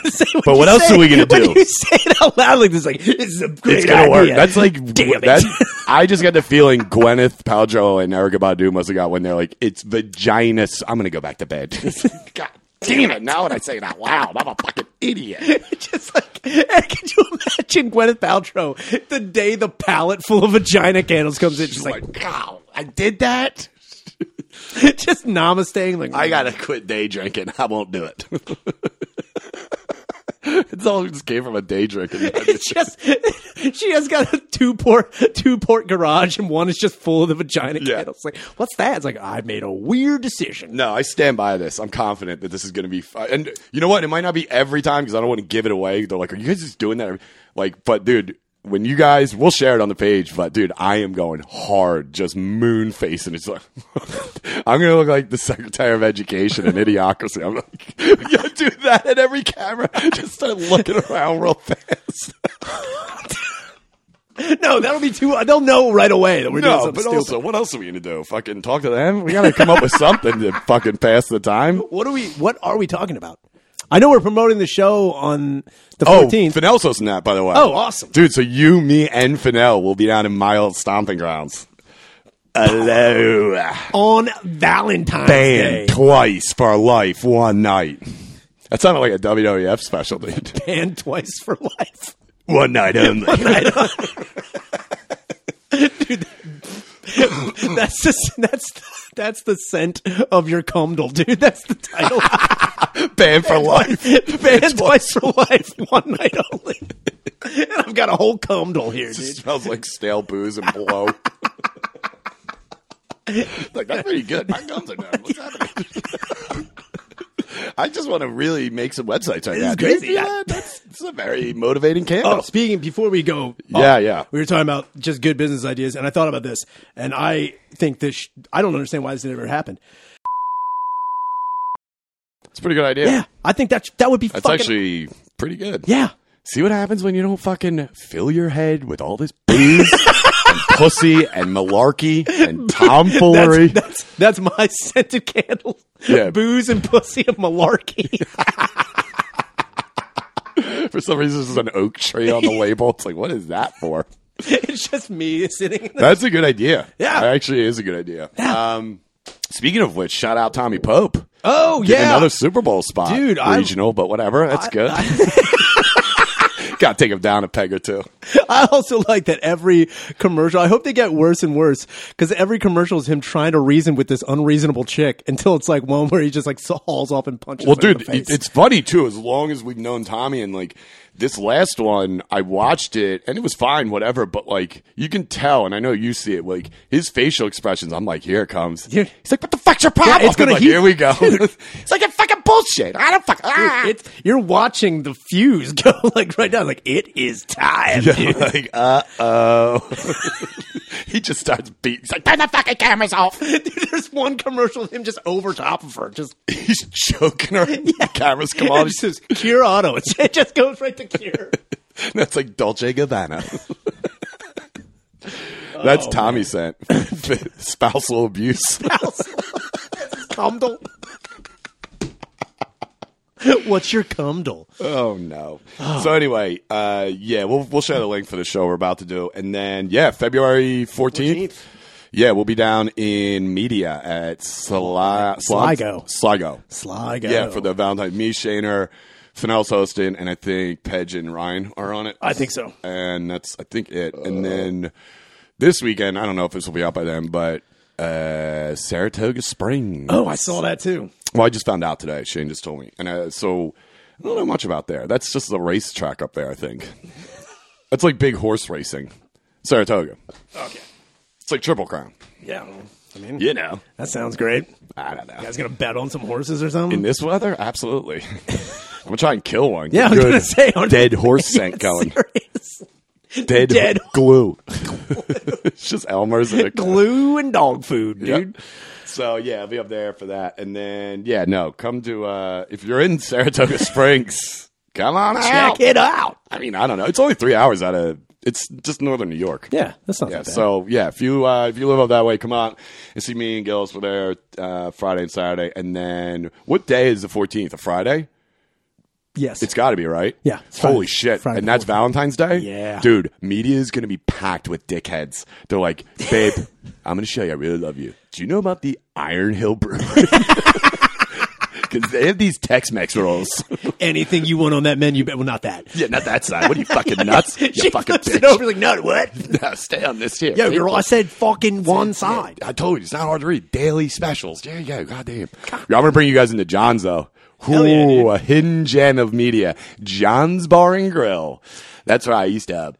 Speaker 2: say what
Speaker 1: But
Speaker 2: you
Speaker 1: what else
Speaker 2: say.
Speaker 1: are we gonna
Speaker 2: When
Speaker 1: do?
Speaker 2: You say it out loud like this, like this is a great
Speaker 1: it's gonna
Speaker 2: idea.
Speaker 1: work. That's like
Speaker 2: damn it.
Speaker 1: that's- I just got the feeling Gwyneth Paltrow and Erica Badu must have got when they're like, "It's vaginas." I'm gonna go back to bed. God damn it! Now when I say it out loud, I'm a fucking idiot.
Speaker 2: just like and could you imagine Gwyneth Paltrow the day the pallet full of vagina candles comes in? She's like,
Speaker 1: Like, wow, I did that.
Speaker 2: just namasteing. Like
Speaker 1: I gotta quit day drinking. I won't do it. it's all just came from a day drinking.
Speaker 2: It's just she has got a two port two port garage and one is just full of the vagina
Speaker 1: Yeah.
Speaker 2: candles. Like what's that? It's like I made a weird decision.
Speaker 1: No, I stand by this. I'm confident that this is going to be. Fi- and you know what? It might not be every time because I don't want to give it away. They're like, "Are you guys just doing that?" every-" Like, but dude, when you guys, we'll share it on the page. But dude, I am going hard, just moon face, and it's like I'm going to look like the Secretary of Education in Idiocracy. I'm like, you do that at every camera. Just start looking around real fast.
Speaker 2: No, that'll be too. They'll know right away that we're
Speaker 1: No,
Speaker 2: doing
Speaker 1: but
Speaker 2: something stupid.
Speaker 1: also, what else are we going to do? Fucking talk to them? We got to come up with something to fucking pass the time.
Speaker 2: what are we? What are we talking about? I know we're promoting the show on the
Speaker 1: Oh,
Speaker 2: fourteenth.
Speaker 1: Fennell's hosting that, by the way.
Speaker 2: Oh, awesome.
Speaker 1: Dude, so you, me, and Fennell will be down in my old stomping grounds. Hello.
Speaker 2: on Valentine's Day.
Speaker 1: Banned twice for life, one night. That sounded like a WWF special, dude.
Speaker 2: Banned twice for life.
Speaker 1: One night only.
Speaker 2: That's the that's the, that's the scent of your cumdle, dude. That's the title.
Speaker 1: Banned for life.
Speaker 2: Banned twice for life, one night only. And I've got a whole cumdle here,
Speaker 1: It
Speaker 2: dude.
Speaker 1: smells like stale booze and blow. like that's pretty good. My gums are done. What's happening? I just want to really make some websites right now. Do you
Speaker 2: crazy.
Speaker 1: feel
Speaker 2: I-
Speaker 1: that? That's, that's a very motivating candle.
Speaker 2: Oh, speaking before we go, off,
Speaker 1: Yeah, yeah.
Speaker 2: we were talking about just good business ideas, and I thought about this, and I think this. Sh- I don't understand why this never happened.
Speaker 1: It's a pretty good idea.
Speaker 2: Yeah, I think that sh- that would be
Speaker 1: That's
Speaker 2: fucking.
Speaker 1: actually pretty good.
Speaker 2: yeah,
Speaker 1: See what happens when you don't fucking fill your head with all this booze and pussy and malarkey and tomfoolery.
Speaker 2: that's, that's that's my scented candle.
Speaker 1: Yeah.
Speaker 2: booze and pussy and malarkey.
Speaker 1: For some reason, there's an oak tree on the label. It's like, what is that for?
Speaker 2: it's just me sitting. in the-
Speaker 1: That's a good idea.
Speaker 2: Yeah.
Speaker 1: That actually is a good idea. Um, speaking of which, shout out Tommy Pope.
Speaker 2: Oh
Speaker 1: Getting
Speaker 2: yeah,
Speaker 1: Another Super Bowl spot.
Speaker 2: Dude, I-
Speaker 1: Regional, but whatever. That's good. Gotta take him down a peg or two.
Speaker 2: I also like that every commercial. I hope they get worse and worse because every commercial is him trying to reason with this unreasonable chick until it's like one where he just like hauls off and punches.
Speaker 1: Well,
Speaker 2: her in
Speaker 1: dude,
Speaker 2: the face.
Speaker 1: it- it's funny too. As long as we've known Tommy, and like This last one, I watched it and it was fine, whatever. But like, you can tell, and I know you see it. Like his facial expressions, I'm like, here it comes.
Speaker 2: Dude.
Speaker 1: He's like, what the fuck's your problem?
Speaker 2: it's gonna
Speaker 1: I'm like,
Speaker 2: heat-
Speaker 1: here we go. it's like a fucking bullshit. I don't fuck. Ah.
Speaker 2: It's you're watching the fuse go like right now. Like it is time.
Speaker 1: Yeah,
Speaker 2: dude.
Speaker 1: like, uh oh. he just starts beating. He's like, turn the fucking cameras off.
Speaker 2: Dude, there's one commercial of him just over top of her, just
Speaker 1: He's choking her. The cameras come
Speaker 2: it
Speaker 1: on.
Speaker 2: just says Cure Auto. It's- It just goes right to Cure.
Speaker 1: That's like Dolce Gabbana. That's Tommy sent spousal abuse.
Speaker 2: Cumdle. What's your cumdle?
Speaker 1: Oh no. So anyway, uh, yeah, we'll we'll share the link for the show we're about to do, and then yeah, February fourteenth.
Speaker 2: 14th.
Speaker 1: Yeah, we'll be down in media at Sli-
Speaker 2: Sligo.
Speaker 1: Sligo.
Speaker 2: Sligo.
Speaker 1: Yeah, for the Valentine. Me, Shaner, Fennell's hosting, and I think Pedge and Ryan are on it.
Speaker 2: I think so.
Speaker 1: And that's, I think, it.
Speaker 2: Uh.
Speaker 1: and then this weekend, I don't know if this will be out by then, but uh, Saratoga Springs.
Speaker 2: Oh, I saw that too.
Speaker 1: Well, I just found out today. Shane just told me. And uh, so I don't know much about there. That's just the racetrack up there, I think. That's like big horse racing. Saratoga.
Speaker 2: Okay.
Speaker 1: It's like Triple Crown.
Speaker 2: Yeah. I mean,
Speaker 1: You know.
Speaker 2: that sounds great.
Speaker 1: I don't know.
Speaker 2: You guys gonna bet on some horses or something?
Speaker 1: In this weather? Absolutely. I'm going to try and kill one.
Speaker 2: yeah, I was
Speaker 1: Good
Speaker 2: gonna say I'm-
Speaker 1: Dead horse scent going.
Speaker 2: Serious.
Speaker 1: Dead,
Speaker 2: Dead
Speaker 1: glue. it's just Elmer's in a
Speaker 2: glue and dog food,
Speaker 1: Yep.
Speaker 2: dude.
Speaker 1: So yeah, I'll be up there for that. And then yeah, no, come to uh if you're in Saratoga Springs, come on out.
Speaker 2: Check it out.
Speaker 1: I mean, I don't know. It's only three hours out of it's just northern New York.
Speaker 2: Yeah, that's not
Speaker 1: Yeah,
Speaker 2: that bad.
Speaker 1: so yeah, if you uh, if you live up that way, come on and see me and Gills. We're there uh, Friday and Saturday, and then what day is the fourteenth? A Friday?
Speaker 2: yes,
Speaker 1: It's got to be right.
Speaker 2: Yeah, it's
Speaker 1: Holy
Speaker 2: Friday-
Speaker 1: shit!
Speaker 2: Friday
Speaker 1: and that's
Speaker 2: 14th.
Speaker 1: Valentine's Day.
Speaker 2: Yeah.
Speaker 1: dude, media is gonna be packed with dickheads. They're like, babe, I'm gonna show you I really love you. Do you know about the Iron Hill Brewery? Because they have these Tex-Mex rolls.
Speaker 2: anything you want on that menu, but well, not that.
Speaker 1: yeah, not that side. What are you fucking nuts? You
Speaker 2: she
Speaker 1: fucking
Speaker 2: flips it
Speaker 1: bitch.
Speaker 2: over like, no, what?
Speaker 1: No, stay on this here.
Speaker 2: Yo,
Speaker 1: Take
Speaker 2: girl, I said fucking one side.
Speaker 1: I told you, it's not hard to read. Daily specials. There you go. God damn. Yeah, I'm going to bring you guys into John's, though. Ooh,
Speaker 2: yeah, dude.
Speaker 1: a hidden gem of media. John's Bar and Grill. That's where I used to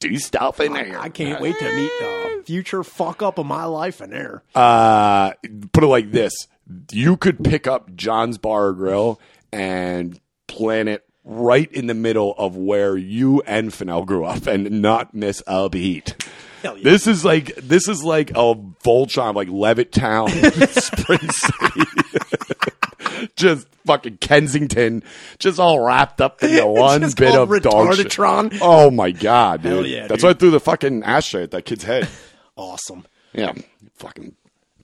Speaker 1: do stuff in there.
Speaker 2: I can't wait to meet the future fuck up of my life in there.
Speaker 1: Uh, put it like this you could pick up John's Bar and Grill and plant it right in the middle of where you and Fennell grew up and not miss a beat.
Speaker 2: Hell yeah.
Speaker 1: This is like this is like a Voltron, like Levittown, Spring City, just fucking Kensington, just all wrapped up into one
Speaker 2: just
Speaker 1: bit of
Speaker 2: called
Speaker 1: dog shit.
Speaker 2: Retardatron.
Speaker 1: Oh my god, dude!
Speaker 2: Hell yeah,
Speaker 1: That's
Speaker 2: dude.
Speaker 1: why I threw the fucking ashtray at that kid's head.
Speaker 2: awesome.
Speaker 1: Yeah, fucking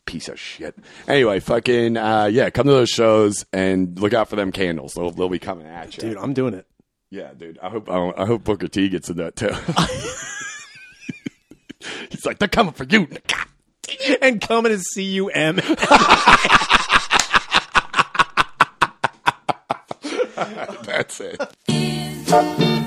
Speaker 1: piece of shit. Anyway, fucking uh, yeah, come to those shows and look out for them candles. They'll, they'll be coming at you.
Speaker 2: Dude, I'm doing it.
Speaker 1: Yeah, dude. I hope I, don't- I hope Booker T gets in that too. He's like, they're coming for you.
Speaker 2: And coming to see you, M.
Speaker 1: That's it.
Speaker 5: Is